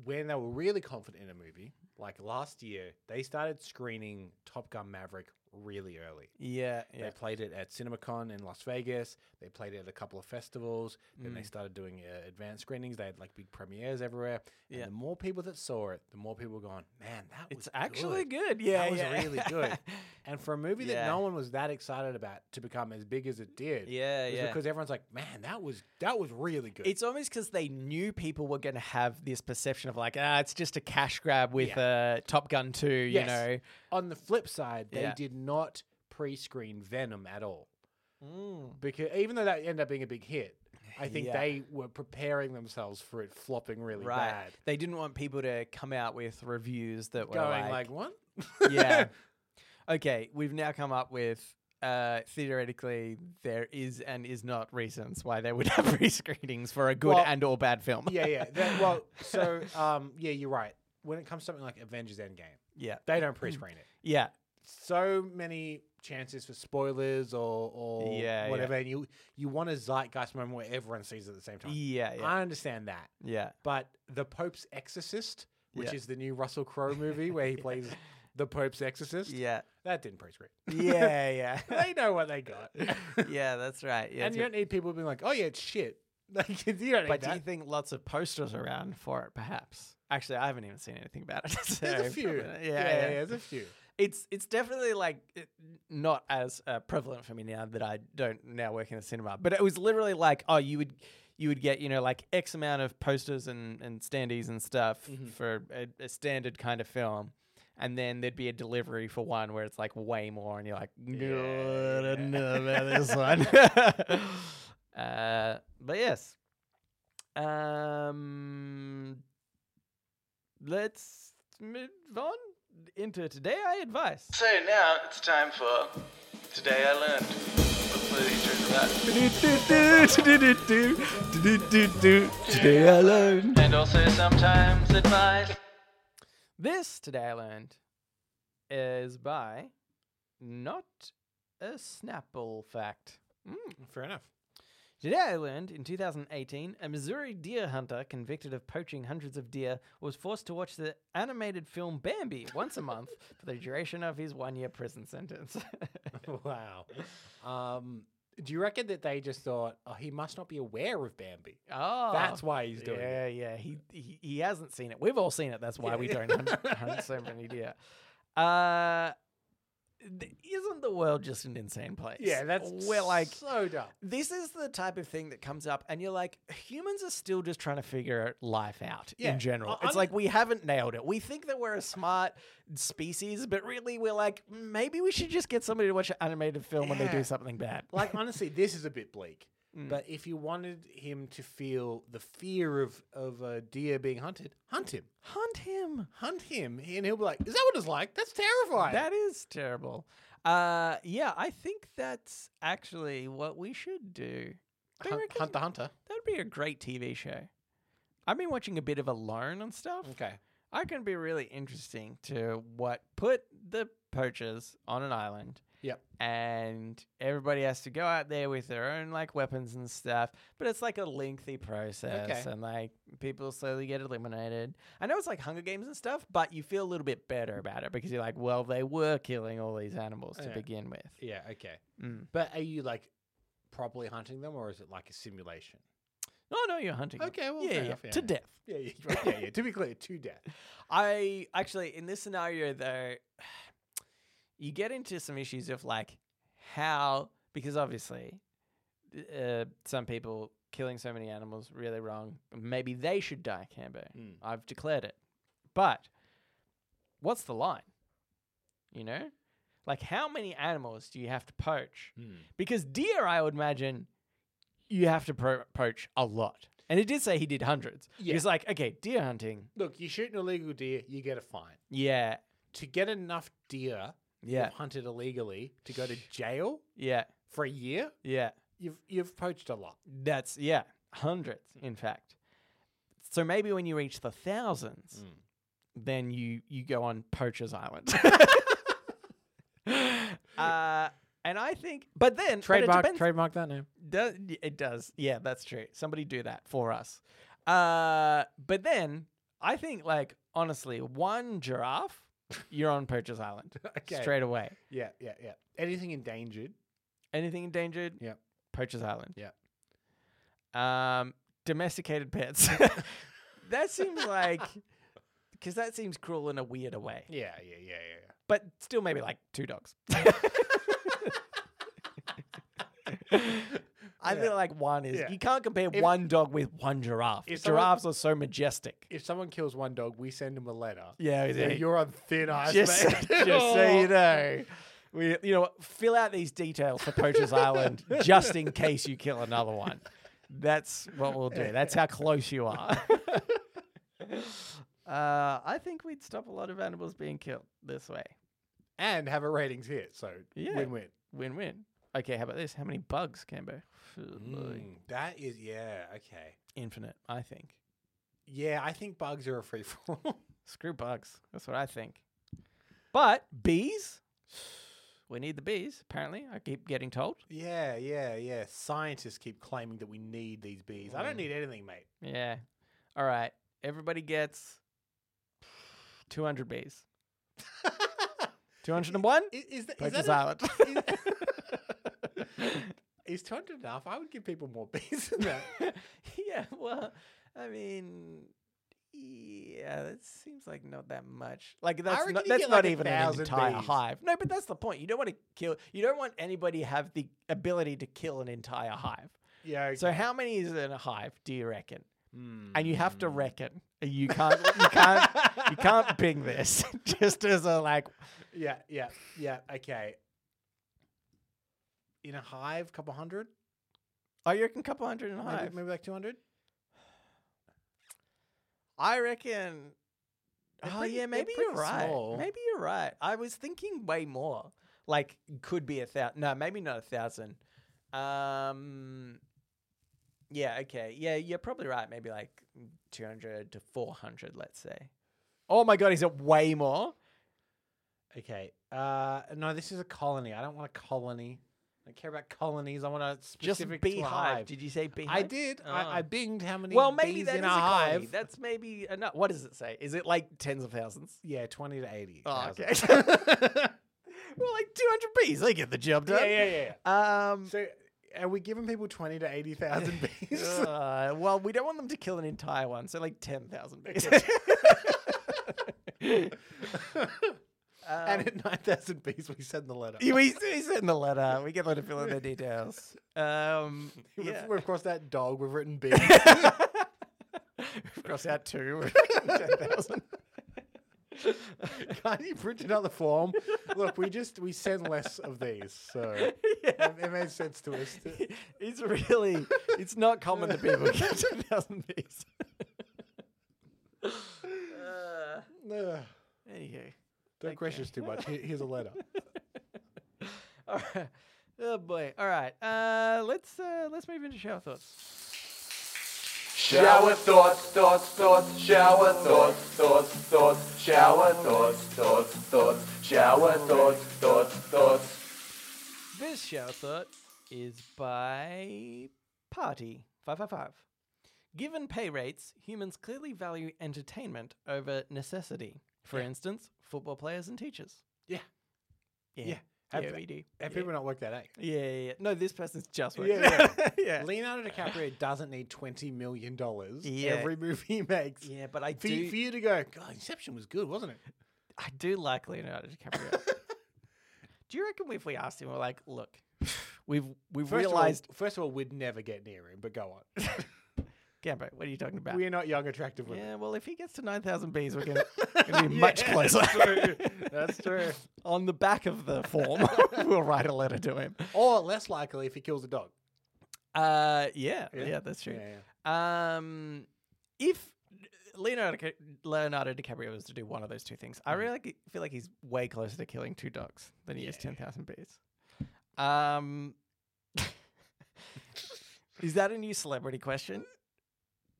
B: when they were really confident in a movie, like last year, they started screening Top Gun Maverick really early.
A: yeah yeah
B: They played it at CinemaCon in Las Vegas. They played it at a couple of festivals. Then
A: Mm.
B: they started doing uh, advanced screenings. They had like big premieres everywhere. And
A: Yeah.
B: the more people that saw it, the more people were going, man, that was
A: it's actually
B: good."
A: good, yeah
B: that was
A: yeah.
B: really good. And for a movie that
A: Yeah.
B: no one was that excited about to become as big as it did,
A: yeah
B: is
A: yeah
B: because everyone's like, man, that was that was really good.
A: It's almost because they knew people were going to have this perception of like, ah, it's just a cash grab with uh, Top Gun 2, you
B: Yes.
A: know.
B: on the flip side, they
A: Yeah.
B: did not pre-screen Venom at all because even though that ended up being a big hit, I think
A: Yeah.
B: they were preparing themselves for it flopping really
A: Right.
B: bad.
A: They didn't want people to come out with reviews that were
B: Going like, what?
A: yeah. Okay, we've now come up with uh, theoretically there is and is not reasons why they would have pre-screenings for a good
B: Well,
A: and or bad film.
B: yeah, yeah. That- well, so um, yeah, you're right. When it comes to something like Avengers Endgame,
A: yeah,
B: they don't pre-screen it.
A: yeah,
B: So many chances for spoilers or, or
A: Yeah, yeah.
B: whatever, and you you want a zeitgeist moment where everyone sees it at the same time.
A: yeah, yeah,
B: I understand that.
A: yeah.
B: but The Pope's Exorcist, which
A: Yeah.
B: is the new Russell Crowe movie where he plays the Pope's Exorcist,
A: Yeah,
B: that didn't pre-screen.
A: yeah, yeah,
B: they know what they got,
A: yeah. That's right. Yeah,
B: and
A: it's
B: you don't need people being like, "Oh yeah, it's shit." Like you don't need
A: But do you
B: that.
A: think lots of posters around for it, perhaps? Actually, I haven't even seen anything about it. so
B: There's a few.
A: probably
B: Yeah,
A: not. Yeah,
B: yeah,
A: yeah.
B: there's a few.
A: It's it's definitely like it- not as uh, prevalent for me now that I don't now work in the cinema. But it was literally like, oh, you would you would get you know like X amount of posters and and standees and stuff for a, a standard kind of film, and then there'd be a delivery for one where it's like way more, and you're like, "No,
B: Yeah.
A: I don't know about this one. uh, but yes, um, let's move on into today. I advise.
C: So now it's time for Today I Learned. Let's play these tunes about.
A: Today I learned.
C: And also sometimes advice.
A: This today I learned is by not a Snapple fact.
B: Fair enough.
A: Today I learned in 2018, a Missouri deer hunter convicted of poaching hundreds of deer was forced to watch the animated film Bambi once a month for the duration of his one year prison sentence.
B: wow. Um, do you reckon that they just thought, oh, he must not be aware of Bambi?
A: oh.
B: That's why he's doing it.
A: yeah, yeah. He, he he hasn't seen it. We've all seen it. That's why we
B: Yeah.
A: don't hunt, hunt so many deer. Uh, th- isn't the world just an insane place?
B: Yeah, that's
A: we're like
B: so dumb.
A: this is the type of thing that comes up, and you're like, humans are still just trying to figure life out
B: Yeah.
A: in general.
B: I-
A: it's
B: I'm-
A: like we haven't nailed it. We think that we're a smart species, but really we're like, maybe we should just get somebody to watch an animated film when they
B: Yeah.
A: do something bad. Hmm.
B: Like honestly, this is a bit bleak.
A: Mm.
B: But if you wanted him to feel the fear of of a deer being hunted, hunt him,
A: Hunt him.
B: hunt him, and he'll be like, "Is that what it's like? That's terrifying."
A: That is terrible. Uh, yeah, I think that's actually what we should do. Don't you
B: Hunt,
A: reckon
B: hunt the hunter.
A: that'd be a great TV show. I've been watching a bit of Alone and stuff.
B: Okay.
A: I can be really interesting to what put the poachers on an island.
B: Yep.
A: And everybody has to go out there with their own like weapons and stuff, but it's like a lengthy process
B: Okay.
A: and like people slowly get eliminated. I know it's like Hunger Games and stuff, but you feel a little bit better about it because you're like, well, they were killing all these animals to
B: Yeah.
A: begin with.
B: Yeah. Okay.
A: Mm.
B: But are you like properly hunting them, or is it like a simulation?
A: No, Oh, no, you're hunting. them.
B: Okay, well,
A: yeah,
B: fair
A: yeah,
B: enough, yeah.
A: to death.
B: Yeah. Yeah. right, yeah. yeah. To be clear, to death.
A: I actually, in this scenario, though, you get into some issues of like how, because obviously, uh, some people killing so many animals really wrong. Maybe they should die, Cambo.
B: Mm.
A: I've declared it. But what's the line? You know, like how many animals do you have to poach?
B: mm.
A: Because deer, I would imagine, you have to pro- poach a lot. And it did say he did hundreds.
B: Yeah.
A: He's like, okay, deer hunting.
B: Look, you shoot an illegal deer, you get a fine.
A: Yeah.
B: To get enough deer you've
A: Yeah.
B: hunted illegally to go to jail
A: Yeah,
B: for a year,
A: yeah.
B: you've you've poached a lot.
A: That's yeah, hundreds in fact. So maybe when you reach the thousands,
B: Mm.
A: then you you go on Poacher's Island. uh, and I think, but then but it depends-
B: trademark that name.
A: does it does yeah that's true somebody do that for us uh but then i think like honestly one giraffe you're on poacher's island
B: Okay.
A: straight away
B: Yeah, yeah, yeah. Anything endangered?
A: anything endangered
B: Yep.
A: poacher's island
B: Yep.
A: um domesticated pets that seems like because that seems cruel in a weirder way
B: Yeah, yeah, yeah, yeah.
A: but still maybe like two dogs I
B: Yeah.
A: feel like one is
B: Yeah.
A: you can't compare
B: If-
A: one dog with one giraffe.
B: If someone-
A: Giraffes are so majestic.
B: If someone kills one dog, we send them a letter.
A: Yeah,
B: So you're on thin ice,
A: just,
B: mate.
A: just so you know. We, you know, what, fill out these details for Poacher's Island just in case you kill another one. That's what we'll do. That's how close you are. uh, I think we'd stop a lot of animals being killed this way.
B: And have a ratings hit, so
A: Yeah.
B: win-win.
A: Win-win. Okay, how about this? How many bugs, Cambo?
B: Mm, that is, yeah, okay.
A: Infinite, I think.
B: Yeah, I think bugs are a free for all.
A: Screw bugs. That's what I think. But bees, we need the bees. Apparently, I keep getting told.
B: yeah, yeah, yeah. Scientists keep claiming that we need these bees. I don't
A: Mm.
B: need anything, mate.
A: Yeah. All right. Everybody gets two hundred bees. Two hundred and one.
B: is, is, that, is,
A: Poacher's
B: that
A: Island.
B: is- is 200 enough? I would give people more bees than that.
A: yeah. Well, I mean. Yeah, that seems like not that much. Like that's
B: reckon
A: not,
B: you
A: that's
B: get,
A: not
B: like, a
A: even an
B: thousand
A: entire
B: bees.
A: hive. No, but that's the point. You don't want to kill. You don't want anybody have the ability to kill an entire hive.
B: yeah,
A: So how many is in a hive? Do you reckon? and you have
B: Hmm.
A: to reckon. You can't, you can't, you can't bing this. Just as a like,
B: Yeah, yeah, yeah. Okay. In a hive, couple hundred,
A: oh, you reckon couple hundred and a
B: maybe,
A: hive?
B: maybe like two hundred.
A: I reckon.
B: They're
A: oh
B: pretty-
A: yeah,
B: they're
A: maybe you're
B: pretty
A: right.
B: small.
A: Maybe you're right. I was thinking way more. Like could be a thousand. No, maybe not a thousand. Um. Yeah. Okay. Yeah, you're probably right. Maybe like two hundred to four hundred. Let's say. Oh my god, is it way more?
B: Okay. Uh, no, this is a colony. I don't want a colony. I don't care about colonies. I want a
A: Just
B: specific to a
A: beehive.
B: hive.
A: Did you say beehive?
B: I did. I, I
A: Oh.
B: binged how many.
A: Well, maybe
B: bees
A: that is
B: in
A: a
B: a hive.
A: colony. That's maybe enough. What does it say? Is it like tens of thousands?
B: yeah, twenty to eighty.
A: Oh,
B: thousand.
A: okay. well, like two hundred bees, they get the job done.
B: yeah, yeah, yeah.
A: Um,
B: So, are we giving people twenty to eighty thousand bees?
A: uh, well, we don't want them to kill an entire one, so like ten thousand bees. Um, Uh,
B: and at nine thousand bees, we send the letter.
A: we, we send the letter. We get them to fill in their details. Um,
B: We've,
A: yeah.
B: we've crossed that dog. We've written bees.
A: cross out two. ten thousand.
B: Can't you print another form? Look, we just we send less of these, so it,
A: Yeah.
B: it made sense to us. to-
A: It's really, it's not common that people get ten thousand bees. uh,
B: Ugh.
A: anywho.
B: don't question us too much. Here- Here's a letter.
A: All right. Oh boy. All right. Uh, let's uh, let's move into shower thoughts.
D: Shower thoughts, thoughts, thoughts, shower thoughts, thoughts, thoughts, shower thoughts, thoughts, thoughts, shower thoughts, thoughts, thoughts.
A: This shower thought is by Party Five Five Five. Given pay rates, humans clearly value entertainment over necessity. For instance, football players and teachers.
B: Yeah.
A: Yeah.
B: Have-
A: yeah, we do.
B: Have people not worked that eh? out?
A: E Yeah, yeah, yeah. No, this person's just working.
B: E Yeah,
A: yeah.
B: Leonardo DiCaprio doesn't need twenty million dollars
A: Yeah.
B: every movie he makes.
A: Yeah, but I
B: For,
A: do,
B: you, for you to go, God, Inception was good, wasn't it?
A: I do like Leonardo DiCaprio. do you reckon if we asked him, we're like, look, we've we've
B: First
A: realized
B: of all, first of all, we'd never get near him. But go on,
A: Gambo, what are you talking about?
B: we're not young, attractive women.
A: yeah, well, if he gets to 9,000 bees, we're going to be much
B: Yeah,
A: closer.
B: That's true.
A: On the back of the form, we'll write a letter to him.
B: Or less likely if he kills a dog.
A: Uh, yeah,
B: Yeah.
A: yeah, that's true.
B: Yeah,
A: Um, if Leonardo, Ca- Leonardo DiCaprio was to do one of those two things, I
B: Hmm.
A: really like- feel like he's way closer to killing two dogs than he is 10,000 bees. Um, is that a new celebrity question?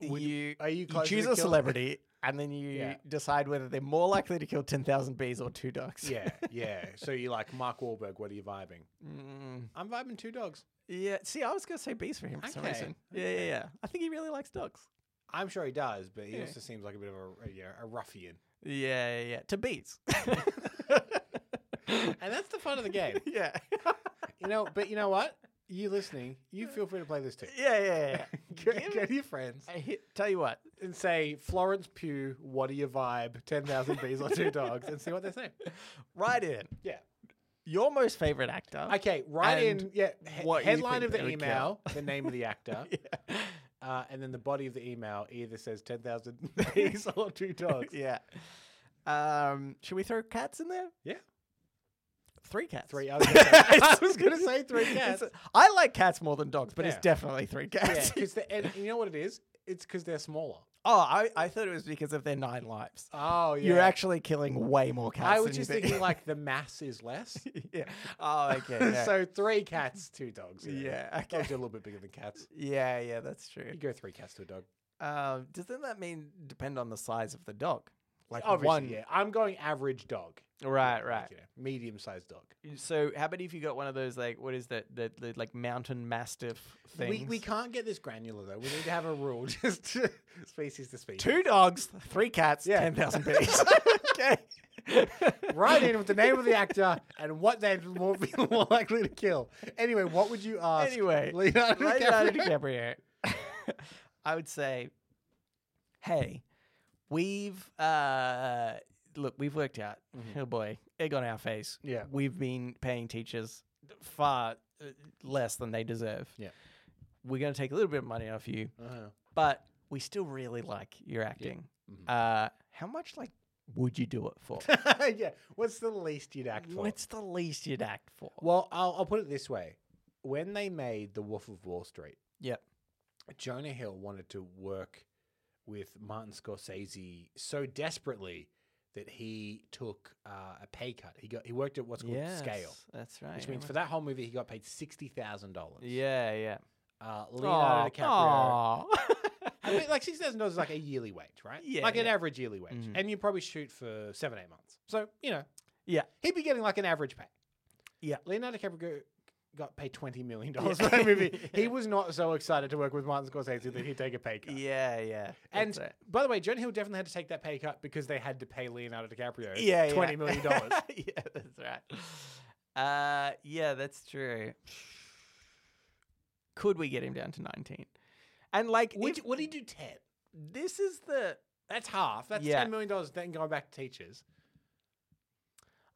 B: Would-
A: you,
B: are you
A: you
B: closer
A: choose
B: to
A: a
B: kill-
A: celebrity and then you
B: Yeah.
A: decide whether they're more likely to kill 10,000 bees or two dogs.
B: yeah, yeah. So you like Mark Wahlberg? What are you vibing?
A: Mm,
B: I'm vibing two dogs.
A: yeah. See, I was going to say bees for him for some
B: Okay,
A: reason. Yeah, yeah, yeah. I think he really likes dogs.
B: I'm sure he does, but he
A: Yeah.
B: also seems like a bit of a, a yeah, a ruffian.
A: Yeah, yeah, yeah. To bees.
B: And that's the fun of the game,
A: yeah.
B: you know. But you know what? You listening? You feel free to play this too.
A: Yeah, yeah,
B: Go,
A: yeah.
B: go to your friends
A: I hit, tell you what.
B: and say Florence Pugh, what are your vibe? Ten thousand bees or two dogs, and see what they say.
A: Right in.
B: Yeah.
A: Your most favorite actor.
B: Okay. Write in
A: And
B: yeah he-
A: what you
B: headline
A: think
B: of the
A: they would
B: email, the name of the actor,
A: Yeah.
B: uh, and then the body of the email either says ten thousand bees or two dogs.
A: yeah. Um, should we throw cats in there?
B: Yeah.
A: Three cats.
B: Three. I was gonna say- I was going to say three
A: It's-
B: cats.
A: I like cats more than dogs, but it's
B: Yeah.
A: definitely three
B: Yeah,
A: cats.
B: 'cause the- and you know what it is? It's because they're smaller.
A: oh, I, I thought it was because of their nine lives.
B: Oh, yeah.
A: You're actually killing way more cats.
B: I was
A: than you
B: just
A: think.
B: thinking like the mass is less.
A: yeah. Oh, okay. Yeah.
B: so three cats, two dogs.
A: yeah. Okay.
B: Dogs are a little bit bigger than cats.
A: Yeah, yeah, that's true.
B: You go three cats to a dog.
A: Um, doesn't that mean depend on the size of the dog? Like
B: Obviously,
A: one.
B: yeah. I'm going average dog.
A: Right, right.
B: Like, you know, medium sized dog.
A: So how about if you got one of those like what is that the, the like mountain mastiff things?
B: We, we can't get this granular though. We need to have a rule just to- species to species.
A: two dogs, three cats,
B: Yeah.
A: ten thousand bees. okay.
B: Write in with the name of the actor and what they're more, more likely to kill. Anyway, what would you ask?
A: Anyway,
B: Leonardo
A: Leonardo
B: DiCaprio?
A: DiCaprio. I would say, hey, we've uh, look, we've worked out. Oh boy, egg on our face.
B: Mm-hmm. Yeah.
A: we've been paying teachers far uh, less than they deserve.
B: Yeah.
A: we're going to take a little bit of money off you,
B: Uh-huh.
A: but we still really like your acting.
B: Mm-hmm.
A: Uh, how much like would you do it for?
B: yeah. What's the least you'd act for?
A: What's the least you'd act for?
B: Well, I'll, I'll put it this way: when they made The Wolf of Wall Street,
A: Yep.
B: Jonah Hill wanted to work with Martin Scorsese so desperately that he took uh, a pay cut. He got he worked at what's called scale,
A: Yes, That's right.
B: which means
A: I
B: for that whole movie he got paid sixty thousand dollars.
A: remember. Yeah, yeah.
B: uh, Leonardo DiCaprio.
A: Aw.
B: I mean, like sixty thousand dollars is like a yearly wage, right?
A: Yeah,
B: like an
A: yeah.
B: average yearly wage,
A: Mhm.
B: and you probably shoot for seven eight months. So you know,
A: Yeah.
B: he'd be getting like an average pay.
A: Yeah.
B: Leonardo DiCaprio got paid twenty million dollars for that movie. He was not so excited to work with Martin Scorsese that he'd take a pay cut.
A: Yeah, yeah.
B: And
A: That's right.
B: by the way, Jonah Hill definitely had to take that pay cut because they had to pay Leonardo DiCaprio
A: yeah,
B: twenty
A: yeah.
B: million dollars.
A: yeah, that's right. Uh, yeah, that's true. Could we get him down to nineteen? And like,
B: Would
A: if-
B: you- would he do ten?
A: this is the.
B: That's half. That's
A: Yeah.
B: ten million dollars. Then going back to teachers.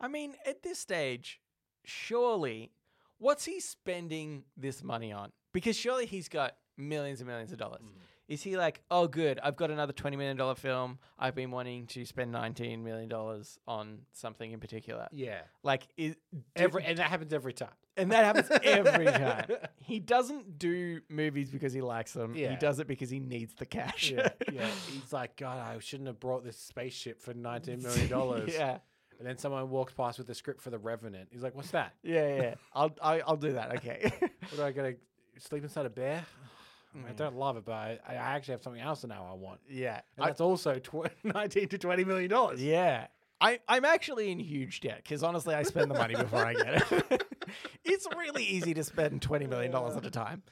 A: I mean, at this stage, surely, what's he spending this money on? Because surely he's got millions and millions of dollars.
B: Mm.
A: Is he like, oh, good, I've got another twenty million dollar film. I've been wanting to spend nineteen million dollars on something in particular.
B: Yeah.
A: Like, is
B: Every and that happens every time.
A: And that happens every time. He doesn't do movies because he likes them. He
B: Yeah.
A: does it because he needs the cash.
B: Yeah, yeah. He's like, God, I shouldn't have brought this spaceship for nineteen million dollars.
A: yeah.
B: And then someone walks past with the script for The Revenant. He's like, What's that?
A: Yeah, yeah. I'll I, I'll do that. Okay.
B: What do I gotta sleep inside a bear?
A: Mm.
B: I don't love it, but I, I actually have something else now I want.
A: yeah.
B: And that's also tw- nineteen to twenty million dollars.
A: yeah. I, I'm actually in huge debt because honestly, I spend the money before I get it. it's really easy to spend $20 million at a time.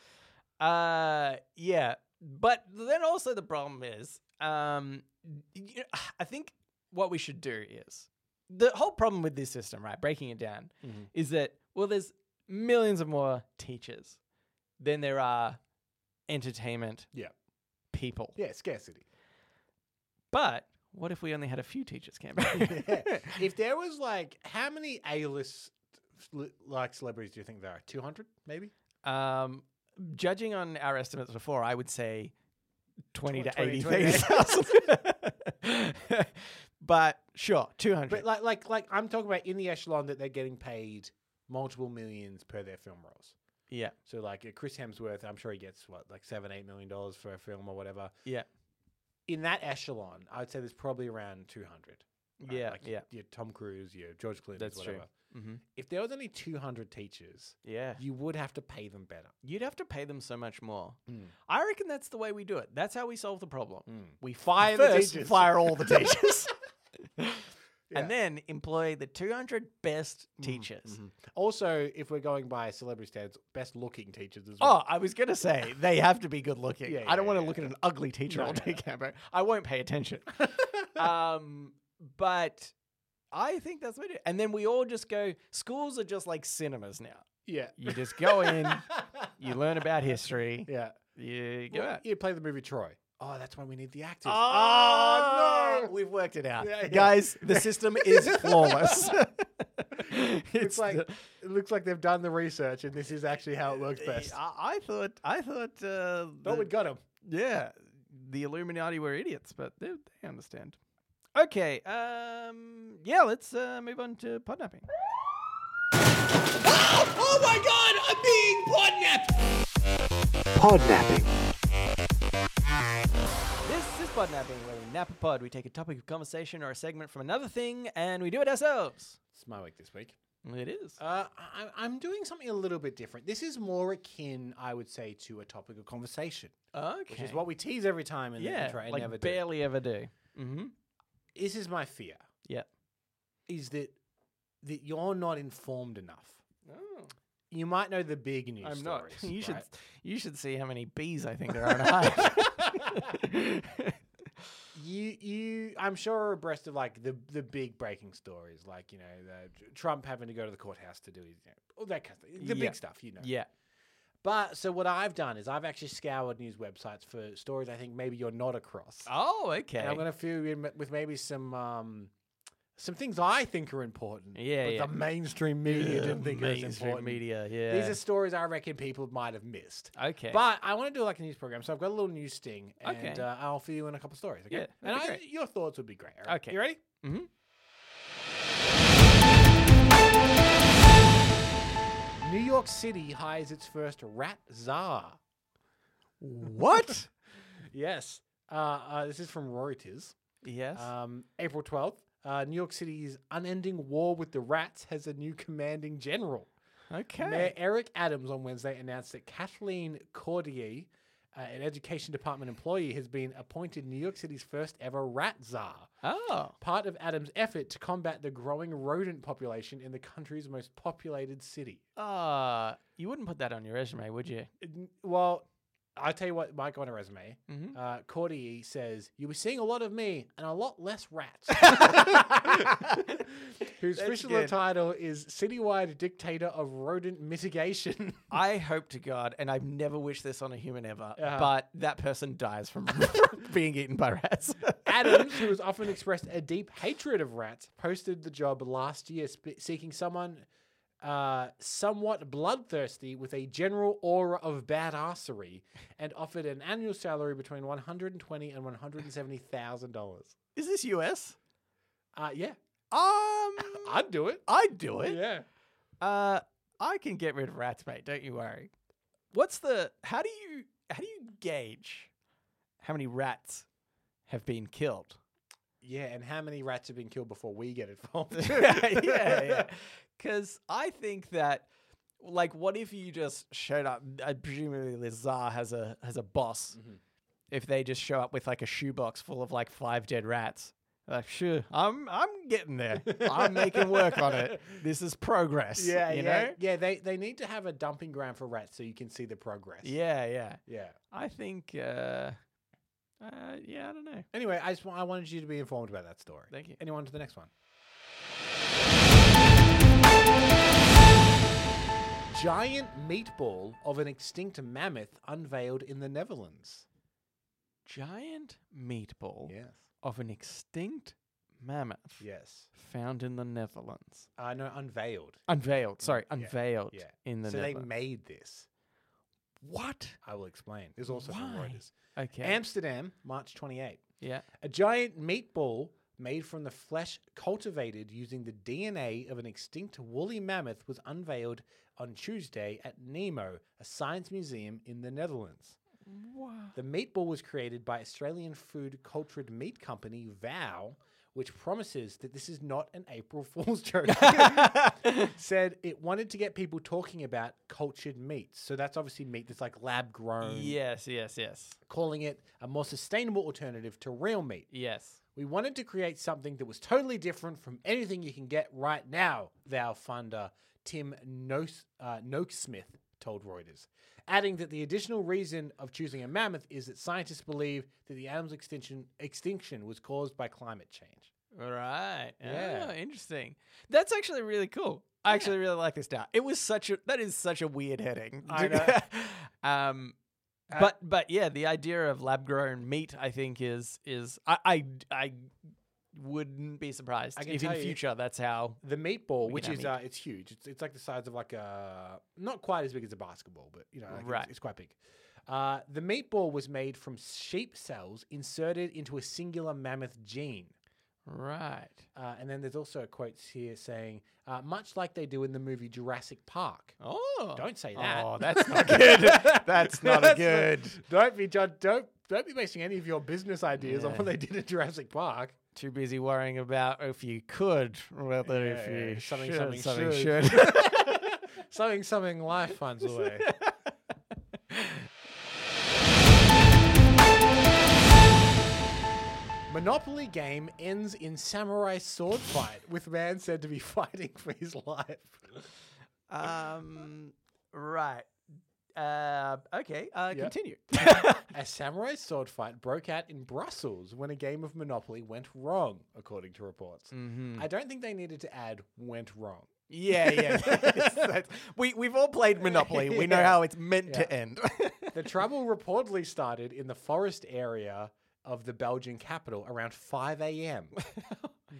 A: Uh, yeah. But then also the problem is, um, you I think what we should do is the whole problem with this system, right? Breaking it down is that well, there's millions of more teachers than there are entertainment
B: Yeah.
A: people.
B: Yeah, scarcity.
A: But what if we only had a few teachers, Cameron?
B: Yeah. if there was like how many A list like celebrities do you think there are? Two hundred, maybe?
A: um, judging on our estimates before, I would say twenty to
B: Twenty-
A: eighty
B: twenty to
A: thousand. but sure, two hundred.
B: But like like like I'm talking about in the echelon that they're getting paid multiple millions per their film roles.
A: yeah,
B: So like uh, Chris Hemsworth, I'm sure he gets what like seven, eight million dollars for a film or whatever.
A: yeah,
B: In that echelon, I would say there's probably around 200. right?
A: yeah,
B: like
A: yeah.
B: Your Tom Cruise, your George Clooney,
A: That's true.
B: whatever.
A: Mm-hmm.
B: If there was only 200 teachers,
A: Yeah.
B: you would have to pay them better.
A: You'd have to pay them so much more.
B: Mm.
A: I reckon that's the way we do it. That's how we solve the problem.
B: Mm.
A: We fire the
B: First,
A: teachers.
B: fire
A: all the teachers.
B: Yeah. Mm, mm-hmm.
A: And then employ the 200 best teachers.
B: Also, if we're going by celebrity standards, best looking teachers as
A: Oh,
B: well.
A: I was going to say they have to be good looking.
B: Yeah,
A: I don't
B: yeah,
A: want to
B: yeah,
A: look at an ugly teacher
B: No,
A: all
B: no,
A: day, Cambo. I won't pay attention. um, but I think that's what it is. And then we all just go, schools are just like cinemas now.
B: yeah.
A: You just go in, you learn about history,
B: Yeah.
A: you go out.
B: You play the movie Troy. Oh, that's why we need the actors.
A: Oh,
B: Oh,
A: no! We've worked it out,
B: Yeah, yeah.
A: guys. The system is flawless. it's
B: It's like
A: the-
B: it looks like they've done the research, and this is actually how it works best.
A: I, I thought, I thought, uh, the,
B: But we got him.
A: yeah, the Illuminati were idiots, but they, they understand. Okay, um, yeah, let's uh, move on to podnapping.
E: Podnapping.
A: This is podnapping, where we nap a pod. We take a topic of conversation or a segment from another thing, and we do it ourselves.
B: It's my week this week.
A: It is.
B: Uh, I, I- I'm doing something a little bit different. This is more akin, I would say, to a topic of conversation,
A: okay.
B: which is what we tease every time in the
A: yeah,
B: intro and
A: like
B: never
A: barely ever do. Mm-hmm.
B: do. This is my fear:
A: Yeah.
B: is that that you're not informed enough.
A: Oh.
B: You might know the big news.
A: I'm not.
B: stories,
A: You should
B: right?
A: you should see how many bees I think there are in a hive.
B: You you. I'm sure are abreast of like the the big breaking stories, like you know the, Trump having to go to the courthouse to do his, you know, all that kind of thing. The
A: Yeah.
B: big stuff, you know.
A: yeah.
B: But so what I've done is I've actually scoured news websites for stories I think maybe you're not across.
A: Oh, okay.
B: And I'm going to fill you in m- with maybe some um, some things I think are important.
A: Yeah,
B: but
A: yeah.
B: the mainstream media didn't think it was
A: mainstream
B: important.
A: media. Yeah.
B: These are stories I reckon people might have missed.
A: okay.
B: But I want to do like a news program, so I've got a little news sting, and
A: Okay.
B: uh, I'll fill you in a couple stories. Okay?
A: Yeah,
B: and
A: that'd be
B: I,
A: great.
B: your thoughts would be great. all right?
A: Okay.
B: you ready?
A: Mhm.
B: New York City hires its first rat czar.
A: what?
B: Yes, uh, uh, this is from Reuters.
A: yes.
B: Um, April twelfth, uh, New York City's unending war with the rats has a new commanding general.
A: okay.
B: Mayor Eric Adams on Wednesday announced that Kathleen Cordier, uh, an education department employee, has been appointed New York City's first ever rat czar.
A: oh.
B: Part of Adams' effort to combat the growing rodent population in the country's most populated city.
A: Uh, you wouldn't put that on your resume, would you?
B: N- Well, I'll tell you what might go on a resume.
A: Mhm.
B: Uh, Cordier says, You were seeing a lot of me and a lot less rats. Whose
A: That's
B: official
A: good.
B: title is Citywide Dictator of Rodent Mitigation.
A: I hope to God, and I've never wished this on a human ever,
B: Uh-huh.
A: but that person dies from being eaten by rats.
B: Adams, who has often expressed a deep hatred of rats, posted the job last year, sp- seeking someone uh, somewhat bloodthirsty with a general aura of badassery, and offered an annual salary between one hundred and twenty and one hundred and seventy thousand dollars.
A: Is this US?
B: Uh, yeah,
A: Um,
B: I'd do it.
A: I'd do it.
B: Yeah,
A: Uh, I can get rid of rats, mate. Don't you worry. What's the? How do you? How do you gauge how many rats have been killed?
B: yeah. And how many rats have been killed before we get involved?
A: yeah, yeah. Because I think that, like, what if you just showed up? I presumably the czar has a has a boss.
B: Mm-hmm.
A: If they just show up with like a shoebox full of like five dead rats, like, sure, I'm I'm getting there. I'm making work on it. This is progress.
B: yeah,
A: you
B: yeah,
A: know.
B: yeah. They they need to have a dumping ground for rats so you can see the progress.
A: Yeah, yeah.
B: yeah.
A: I think. Uh, uh, yeah, I don't know.
B: Anyway, I just wa- I wanted you to be informed about that story.
A: Thank you.
B: Anyone to the next one. Giant meatball of an extinct mammoth unveiled in the Netherlands.
A: Giant meatball
B: Yes.
A: of an extinct mammoth
B: Yes.
A: found in the Netherlands.
B: Uh, no, unveiled.
A: Unveiled, sorry,
B: yeah,
A: unveiled
B: yeah.
A: in the
B: so they
A: Netherlands.
B: made this.
A: what?
B: I will explain. There's also from
A: Why?
B: Reuters.
A: Okay.
B: Amsterdam, March 28.
A: yeah.
B: A giant meatball made from the flesh cultivated using the DNA of an extinct woolly mammoth was unveiled on Tuesday at NEMO, a science museum in the Netherlands. The meatball was created by Australian food cultured meat company Vow, which promises that this is not an April Fool's joke. Said it wanted to get people talking about cultured meats. So that's obviously meat that's like lab grown,
A: Yes, yes, yes.
B: calling it a more sustainable alternative to real meat.
A: Yes.
B: We wanted to create something that was totally different from anything you can get right now, Thou funder Tim Noakes, uh, Noakesmith told Reuters, adding that the additional reason of choosing a mammoth is that scientists believe that the animal's extinction, extinction was caused by climate change.
A: Right.
B: Yeah.
A: Oh, interesting. That's actually really cool. I actually really like this now. It was such a that is such a weird heading.
B: I know. Uh,
A: um but but yeah, the idea of lab grown meat I think is is I I, I wouldn't be surprised
B: I can
A: if
B: tell
A: in
B: you-
A: future that's how
B: The meatball,
A: We
B: which
A: can have
B: is
A: meat.
B: uh, it's huge. It's, it's like the size of like a not quite as big as a basketball, but you know, like it's-
A: Right.
B: it's, quite big. Uh, the meatball was made from sheep cells inserted into a singular mammoth gene.
A: Right.
B: Uh, and then there's also quotes here saying, uh, much like they do in the movie Jurassic Park.
A: Oh.
B: Don't say that.
A: Oh, that's not good. that's not a
B: That's
A: good.
B: Don't be judge. Don't don't be basing any of your business ideas on
A: Yeah.
B: what they did in Jurassic Park.
A: Too busy worrying about if you could rather
B: Yeah,
A: if
B: yeah,
A: you
B: yeah. Something,
A: should,
B: something
A: something
B: should.
A: should.
B: Something something life finds a way. Monopoly game ends in samurai sword fight with man said to be fighting for his life.
A: Um, right. Uh, okay. Uh,
B: Yeah.
A: Continue.
B: A samurai sword fight broke out in Brussels when a game of Monopoly went wrong, according to reports. I don't think they needed to add went wrong.
A: yeah, yeah. Yes, that's- we we've all played Monopoly. We know
B: Yeah.
A: how it's meant to
B: Yeah.
A: end.
B: The trouble reportedly started in the forest area of the Belgian capital around 5 a.m.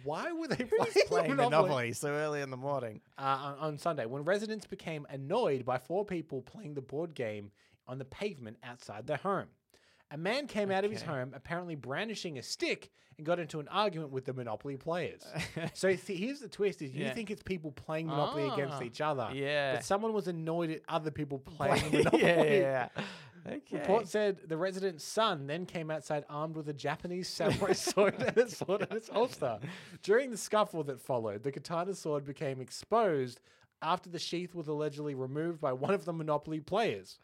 B: Why were they
A: playing
B: playing Monopoly
A: Monopoly so early in the morning.
B: uh, on, on Sunday when residents became annoyed by four people playing the board game on the pavement outside their home. A man came out of his home apparently brandishing a stick and got into an argument with the Monopoly players. so th- here's the twist: is you
A: Yeah.
B: think it's people playing Monopoly against
A: Ah,
B: each other?
A: yeah.
B: But someone was annoyed at other people playing
A: yeah,
B: Monopoly.
A: yeah, yeah. Okay.
B: Report said the resident's son then came outside armed with a Japanese samurai sword and a sword in its holster. During the scuffle that followed, the katana sword became exposed after the sheath was allegedly removed by one of the Monopoly players.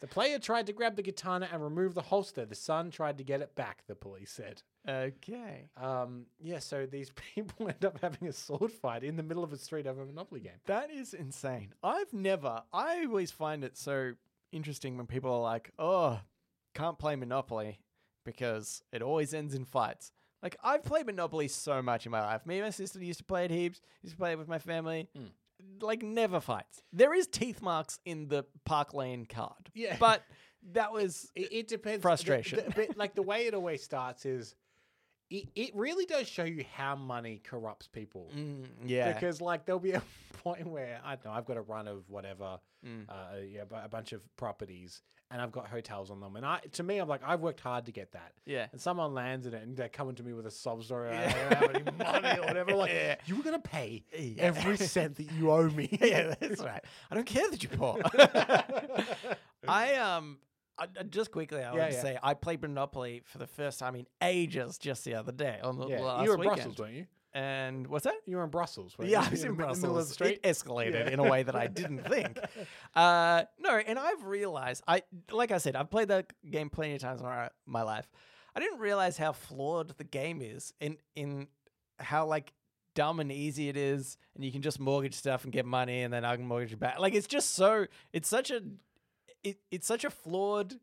B: The player tried to grab the katana and remove the holster. The son tried to get it back, the police said.
A: Okay.
B: Um, yeah, so these people end up having a sword fight in the middle of a street over a Monopoly game.
A: That is insane. I've never, I always find it so interesting when people are like, oh, can't play Monopoly because it always ends in fights. Like, I've played Monopoly so much in my life. Me and my sister used to play it heaps, used to play it with my family. Like, never fights. There is teeth marks in the Park Lane card.
B: Yeah.
A: But that was.
B: It, it depends. the-
A: Frustration.
B: the- but like the way it always starts is, it, it really does show you how money corrupts people.
A: Mm, yeah.
B: Because like there'll be a point where I don't know I've got a run of whatever,
A: Mm.
B: uh, yeah, bu- a bunch of properties, and I've got hotels on them, and I to me I'm like I've worked hard to get that,
A: Yeah.
B: and someone lands in it and they're coming to me with a sob story, I don't have any money or whatever. I'm Like
A: Yeah.
B: you were gonna pay
A: Yeah.
B: every cent that you owe me.
A: yeah, that's right. I don't care that you're poor. I um, I, I- just quickly, I want to
B: yeah.
A: say I played Monopoly for the first time in ages just the other day on the
B: Yeah,
A: last
B: you were in
A: weekend.
B: Brussels, weren't you?
A: and what's that?
B: You were in Brussels. weren't
A: Yeah,
B: you?
A: I was in,
B: the mi- the
A: Brussels.
B: middle of the street.
A: It escalated in a way that I didn't think. Uh, no, and I've realized I, like I said, I've played that game plenty of times in my, my life. I didn't realize how flawed the game is, in in how like dumb and easy it is, and you can just mortgage stuff and get money, and then I can mortgage it back. Like it's just so, it's such a, it, it's such a flawed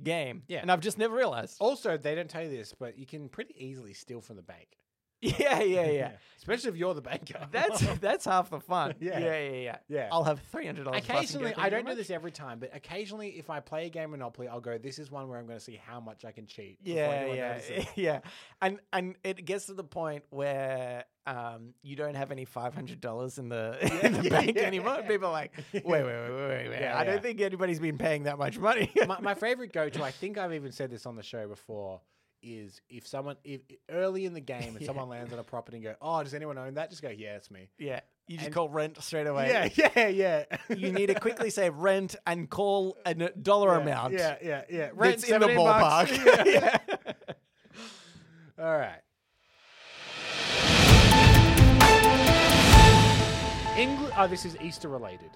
A: game.
B: Yeah. Oh.
A: and I've just never realized.
B: Also, they don't tell you this, but you can pretty easily steal from the bank.
A: Yeah, yeah, yeah.
B: Especially if you're the banker.
A: That's that's half the fun.
B: Yeah.
A: yeah, yeah, yeah.
B: Yeah.
A: I'll have three hundred dollars.
B: occasionally I don't do this every time, but occasionally if I play a game Monopoly, I'll go, this is one where I'm gonna see how much I can cheat. before
A: Yeah,
B: anyone
A: yeah,
B: notices."
A: yeah. And and it gets to the point where um you don't have any five hundred dollars in the in the
B: yeah,
A: bank
B: yeah,
A: anymore.
B: yeah.
A: People are like, wait, wait, wait, wait, wait. wait.
B: Yeah,
A: I
B: yeah.
A: don't think anybody's been paying that much money.
B: my, my favorite go to, I think I've even said this on the show before, is if someone if early in the game and someone lands on a property and go, Oh, does anyone own that? Just go, Yeah, it's me.
A: yeah, you just
B: And-
A: call rent straight away.
B: Yeah, yeah, yeah.
A: you need to quickly say rent and call a n- dollar
B: Yeah,
A: amount.
B: Yeah, yeah, yeah.
A: Rent's in the
B: 17 bucks.
A: ballpark.
B: Yeah. All right. Engl- oh, this is Easter related.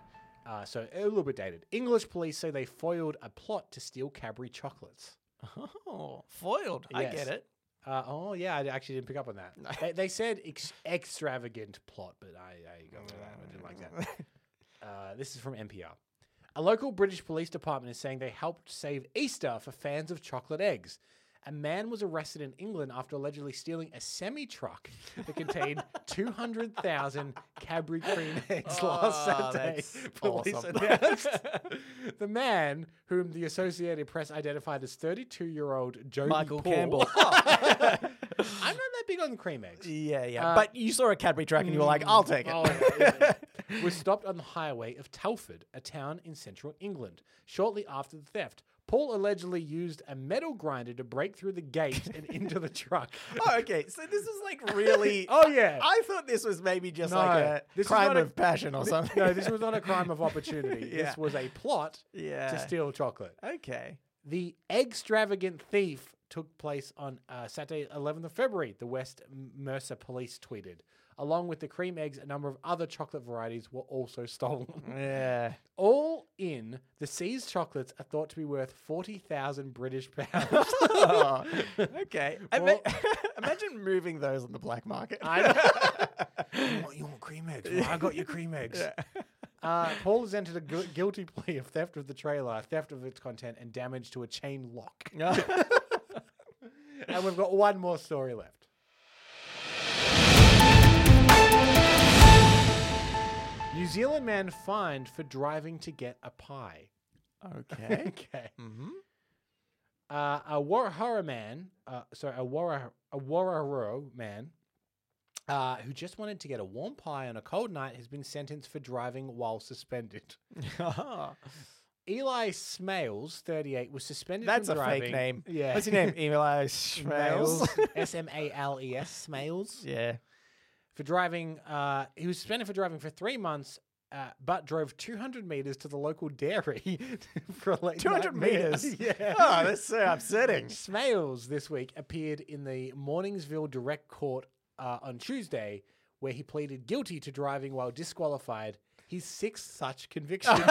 B: Uh, so a little bit dated. English police say they foiled a plot to steal Cadbury chocolates.
A: Oh, foiled. I
B: Yes.
A: get it.
B: Uh, oh yeah, I actually didn't pick up on that. They, they said ex- extravagant plot, but I, I got rid of that. I didn't like that. Uh, this is from NPR. A local British police department is saying they helped save Easter for fans of chocolate eggs. A man was arrested in England after allegedly stealing a semi truck that contained 200,000 Cadbury cream eggs last
A: Oh,
B: Saturday.
A: that's
B: police
A: awesome.
B: announced. the man, whom the Associated Press identified as 32 year old Jody
A: Michael
B: Poole-
A: Campbell. Oh.
B: I'm not that big on cream eggs.
A: Yeah, yeah.
B: Uh,
A: but you saw a Cadbury track and you were like, I'll take it.
B: Oh, yeah, yeah, yeah. was stopped on the highway of Telford, a town in central England, shortly after the theft. Paul allegedly used a metal grinder to break through the gate and into the truck.
A: Oh, okay. So this was like really.
B: Oh, yeah.
A: I thought this was maybe just
B: No,
A: like a
B: this is
A: crime
B: not a-
A: of passion or
B: Thi-
A: something.
B: No, this was not a crime of opportunity.
A: Yeah.
B: This was a plot
A: Yeah.
B: to steal chocolate.
A: okay.
B: The extravagant thief took place on uh, Saturday, 11th of February, the West Mercer police tweeted. Along with the cream eggs, a number of other chocolate varieties were also stolen.
A: Yeah.
B: All in, the seized chocolates are thought to be worth 40,000 British pounds.
A: Oh, okay. I ma-
B: Well-
A: imagine moving those on the black market.
B: you, want, you want cream eggs? Well, I got your cream eggs. Uh, Paul has entered a gu- guilty plea of theft of the trailer, theft of its content, and damage to a chain lock. and we've got one more story left. New Zealand man fined for driving to get a pie.
A: okay.
B: Okay.
A: Mm-hmm.
B: uh, a Warahara man, uh, sorry, a Warahara, a Waraharo man, uh, who just wanted to get a warm pie on a cold night has been sentenced for driving while suspended. Eli Smales, 38, was suspended
A: That's a
B: from driving.
A: fake name.
B: Yeah.
A: What's your name? Eli Schmales.
B: S M A L E S, Smales.
A: yeah.
B: For driving, uh, he was suspended for driving for three months, uh, but drove 200 meters to the local dairy for a late
A: 200
B: night meal.
A: meters.
B: yeah.
A: Oh, that's so upsetting.
B: Smales this week appeared in the Morningsville Direct Court uh, on Tuesday, where he pleaded guilty to driving while disqualified. His sixth such conviction.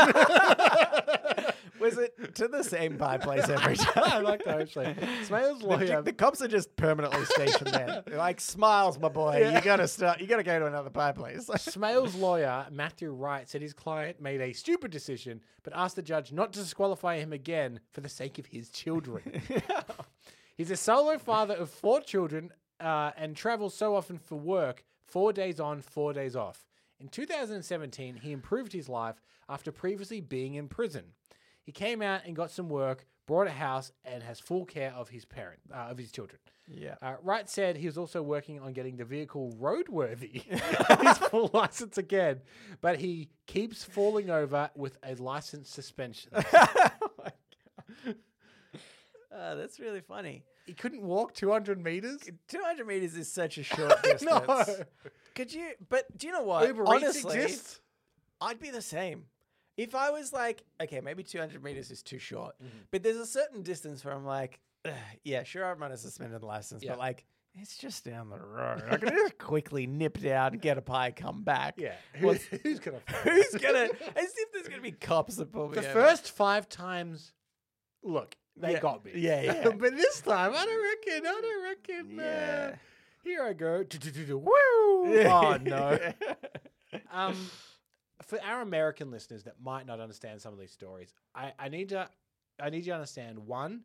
A: Was it to the same pie place every time?
B: I like that actually. Smales
A: The,
B: lawyer.
A: the cops are just permanently stationed there. They're like, smiles, my boy. You gotta start. You gotta go to another pie place.
B: Smale's lawyer, Matthew Wright, said his client made a stupid decision, but asked the judge not to disqualify him again for the sake of his children. He's a solo father of four children uh, and travels so often for work, four days on, four days off. In 2017, he improved his life after previously being in prison. He came out and got some work, bought a house, and has full care of his parent uh, of his children.
A: yeah.
B: Uh, Wright said he was also working on getting the vehicle roadworthy, and his full license again, but he keeps falling over with a license suspension.
A: Oh, that's really funny.
B: he couldn't walk 200 meters.
A: 200 meters is such a short distance. Could you? But do you know what?
B: Uber Eats
A: Honestly,
B: exists?
A: I'd be the same. If I was like, okay, maybe 200 meters is too short, but there's a certain distance where I'm like, "Ugh, yeah, sure, I'm on a suspended license,
B: Yeah.
A: but like, it's just down the road. I can just quickly nip down, get a pie, come back.
B: Yeah, Who,
A: What's-
B: who's gonna?
A: Who's gonna? As if there's gonna be cops that pull me
B: the
A: over.
B: first five times? Look, they
A: Yeah,
B: got me.
A: yeah, yeah.
B: but this time, I don't reckon. I don't reckon.
A: Yeah.
B: Uh, here I go. Woo! Oh no. um, for our American listeners that might not understand some of these stories, I, I need to I need you to understand one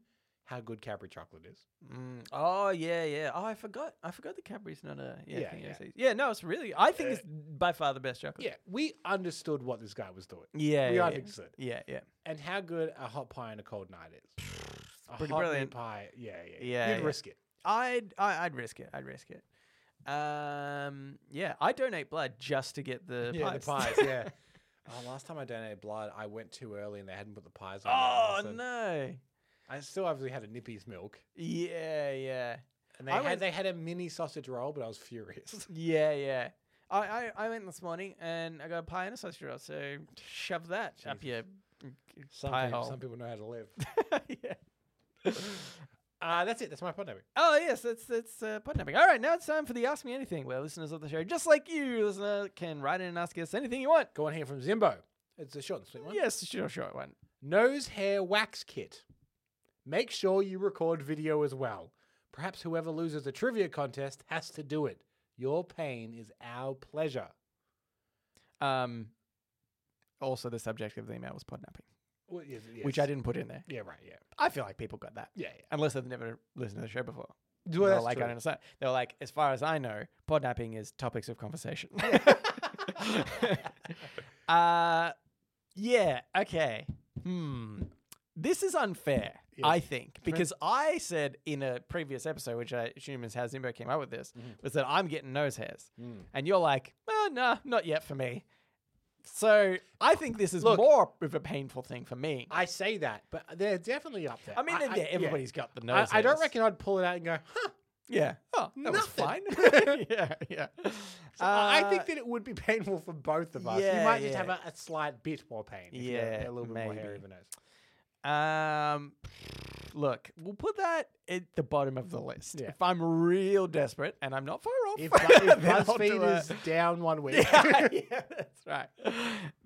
B: how good Cadbury chocolate is.
A: Mm, oh yeah, yeah. Oh, I forgot. I forgot the Cadbury's not a yeah.
B: Yeah,
A: thing
B: yeah.
A: overseas. yeah. no, it's really. I think it's by far the best chocolate.
B: Yeah, we understood what this guy was doing.
A: yeah,
B: we
A: yeah, yeah.
B: understood,
A: yeah, yeah.
B: and how good a hot pie and a cold night is. a
A: pretty
B: hot meat
A: brilliant.
B: pie. Yeah, yeah,
A: Yeah,
B: You'd
A: yeah.
B: risk it.
A: I'd I, I'd risk it. I'd risk it. Um, yeah, I donate blood just to get the
B: yeah,
A: pies.
B: the pies. Yeah. Oh, last time I donated blood, I went too early and they hadn't put the pies on. yet,
A: oh
B: and I said-
A: no.
B: I still obviously had a Nippy's milk,
A: Yeah, yeah,
B: and they
A: I
B: had
A: went-
B: they had a mini sausage roll, but I was furious.
A: yeah, yeah. I, I, I went this morning and I got a pie and a sausage roll. So shove that up your
B: Some,
A: pie
B: people,
A: hole.
B: some people know how to live.
A: yeah.
B: Uh, that's it. That's my pod dynamic.
A: Oh yes, that's that's uh, pod napping. All right, now it's time for the Ask Me Anything, where listeners of the show, just like you, listener, can write in and ask us anything you want.
B: Go on here from Zimbo. It's a short and sweet one.
A: Yes, sure, short one.
B: Nose hair wax kit. Make sure you record video as well. Perhaps whoever loses the trivia contest has to do it. Your pain is our pleasure.
A: Um, also, the subject of the email was pod napping,
B: Well, yes,
A: which
B: yes.
A: I didn't put in there.
B: Yeah, right. Yeah.
A: I feel like people got that,
B: Yeah. yeah.
A: unless they've never listened to the show before.
B: Well,
A: they were
B: that's
A: like,
B: true.
A: I don't understand. They were like, as far as I know, pod napping is topics of conversation. uh, yeah, okay. Hmm. This is unfair, I think, because I said in a previous episode, which I assume is how Zimbo came up with this,
B: Mm-hmm.
A: was that I'm getting nose hairs.
B: Mm.
A: And you're like, well, nah, not yet for me. So I think this is more of a painful thing for me.
B: I say that, but they're definitely up there.
A: I mean, yeah, everybody's got the
B: I,
A: nose
B: I don't
A: hairs.
B: reckon I'd pull it out and go, huh.
A: Yeah. Oh, that
B: Nothing.
A: was fine. yeah, yeah.
B: I I
A: Uh,
B: think that it would be painful for both of us.
A: yeah,
B: you might just
A: yeah.
B: have a, a slight bit more pain. If you're
A: Yeah,
B: a little bit more
A: maybe.
B: hairy of a nose.
A: Um, look, we'll put that at the bottom of the list.
B: Yeah.
A: If I'm real desperate, and I'm not far off,
B: If, Bu- if
A: then I'll do
B: BuzzFeed
A: a-
B: is down one week,
A: yeah, yeah, that's right.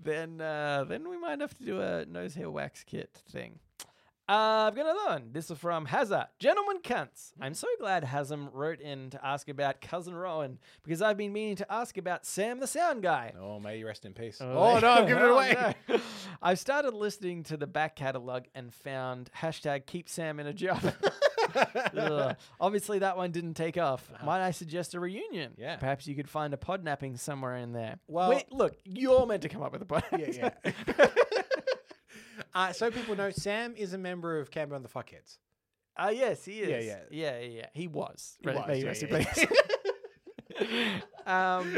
A: Then, uh, then we might have to do a nose hair wax kit thing. Uh, I've got another one. This is from Hazza. Gentlemen cunts. I'm so glad Hazm wrote in to ask about Cousin Rowan because I've been meaning to ask about Sam the Sound Guy.
B: Oh, may you rest in peace.
A: Oh,
B: Oh, no, I'm giving it
A: Oh,
B: away.
A: no. I've started listening to the back catalog and found hashtag keep Sam in a job. Ugh. Obviously, that one didn't take off. Might I suggest a reunion?
B: Uh-huh. Yeah.
A: Perhaps you could find a pod napping somewhere in there.
B: Well-
A: Wait, look, you're meant to come up with a pod.
B: Yeah, yeah. uh, so people know Sam is a member of Canberra and the Fuckheads.
A: Ah, yes, he
B: Yeah,
A: is.
B: yeah.
A: yeah, yeah. He was. He
B: was, yeah, yeah,
A: yeah, Um,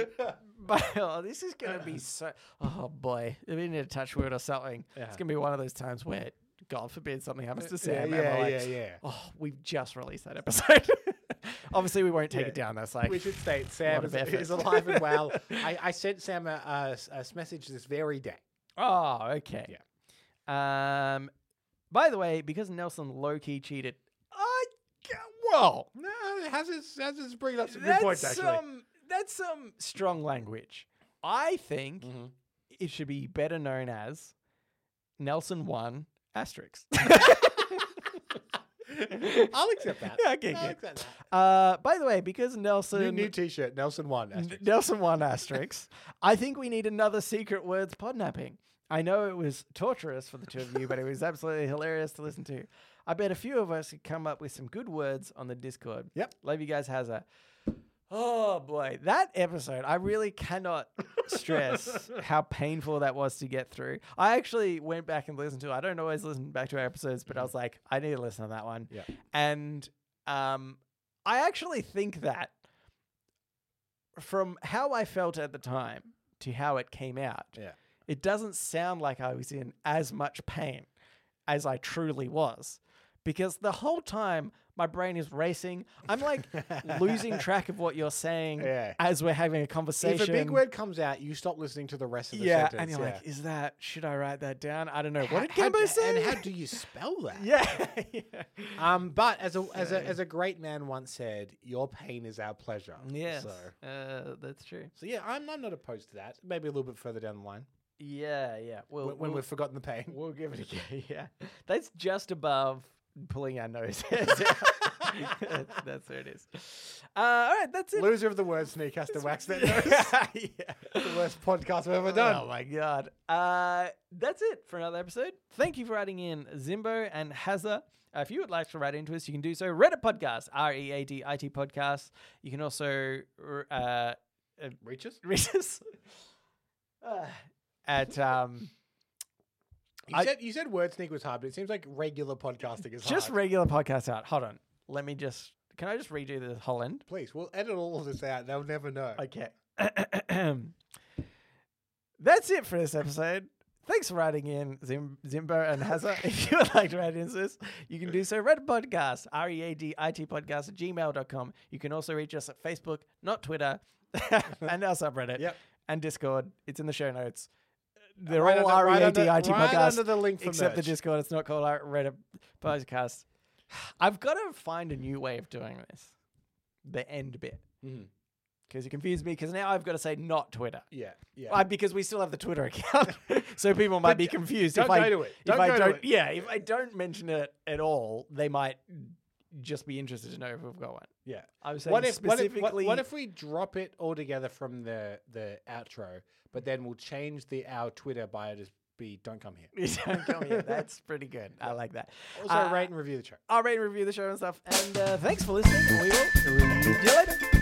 A: but oh, this is gonna be so. Oh boy, if we need a touch word or something, it's gonna be one of those times where, God forbid, something happens to Sam. and we're
B: yeah,
A: like,
B: yeah, yeah.
A: Oh, we've just released that episode. Obviously, we won't take it down. That's like
B: We should state Sam
A: lot
B: is,
A: of effort.
B: is alive and well. I, I sent Sam a, a s- a s- message this very day.
A: Oh, okay. Yeah. Um, by the way, because Nelson low key cheated, I g- well,
B: No, it has its, has its bringing up some good
A: that's
B: points, actually.
A: some that's some strong language. I think
B: Mm-hmm.
A: it should be better known as Nelson won asterisk.
B: I'll accept that.
A: Yeah, okay,
B: I'll
A: good.
B: accept that.
A: uh, by the way, because
B: New,
A: Nelson
B: new t-shirt, Nelson won.
A: N- Nelson won asterisks. I think we need another secret words podnapping. I know it was torturous for the two of you, but it was absolutely hilarious to listen to. I bet a few of us could come up with some good words on the Discord.
B: Yep.
A: Love you guys, Hazza. Oh boy, that episode! I really cannot stress how painful that was to get through. I actually went back and listened to. I don't always listen back to our episodes, but I was like, I need to listen to that one.
B: Yeah.
A: And um, I actually think that from how I felt at the time to how it came out,
B: Yeah.
A: it doesn't sound like I was in as much pain as I truly was. Because the whole time my brain is racing. I'm like losing track of what you're saying
B: Yeah.
A: as we're having a conversation.
B: If a big word comes out, you stop listening to the rest of the
A: yeah,
B: sentence.
A: and you're
B: yeah.
A: like, is that should I write that down? I don't know.
B: How-
A: What did
B: how
A: Gambo
B: d-
A: say?
B: And how do you spell that?
A: yeah. yeah.
B: Um, but as a as a as a great man once said, your pain is our pleasure.
A: Yes.
B: So,
A: Uh, that's true.
B: so yeah, I'm I'm not opposed to that. Maybe a little bit further down the line
A: Yeah, yeah. Well,
B: when, when
A: we'll-
B: we've forgotten the pain.
A: We'll give it a go. Yeah, that's just above pulling our nose. out. that's where it is. Uh, all right, that's it.
B: Loser of the word sneak has to wax their nose.
A: yeah, yeah.
B: the worst podcast we've ever
A: Oh
B: done.
A: my god. Uh, that's it for another episode. Thank you for writing in Zimbo and Hazza. Uh, if you would like to write into us, you can do so. Reddit podcast, R E A D I T podcast. You can also r- uh,
B: Reaches.
A: reach us uh, at um,
B: You
A: I-
B: said you said word sneak was hard, but it seems like regular podcasting is
A: just
B: hard.
A: regular podcast out. Hold on. Let me just. Can I just redo the Holland?
B: Please, we'll edit all of this out. They'll never know.
A: Okay. That's it for this episode. Thanks for writing in, Zim- Zimbo and Hazza. if you would like to write in to us, you can do so. Red Podcast, R E A D I T Podcast at gmail.com. You can also reach us at Facebook, not Twitter, and our subreddit
B: Yep.
A: and Discord. It's in the show notes. They're
B: Right
A: all R
B: under-
A: E
B: right
A: A
B: under-
A: D I T
B: right
A: Podcast.
B: under the link for
A: Except
B: merch.
A: the Discord. It's not called E our Reddit Podcast. I've got to find a new way of doing this the end bit
B: Mm-hmm.
A: because you confused me. Because now I've got to say not Twitter.
B: Yeah. Yeah.
A: Why? because we still have the Twitter account, so people might be confused. if
B: don't
A: I,
B: go to it.
A: if
B: Don't
A: I
B: go to
A: don't,
B: it.
A: yeah, if I don't mention it at all, they might just be interested to know if we've got one.
B: yeah.
A: I was saying
B: What if, what, if,
A: specifically.
B: what, what if we drop it altogether from the the outro, but then we'll change the our Twitter bio to be "Don't come here."
A: Don't come here. That's pretty good. I like that.
B: Also,
A: Uh,
B: rate and review the show.
A: I'll rate and review the show and stuff. And uh, thanks for listening. and We will see you later.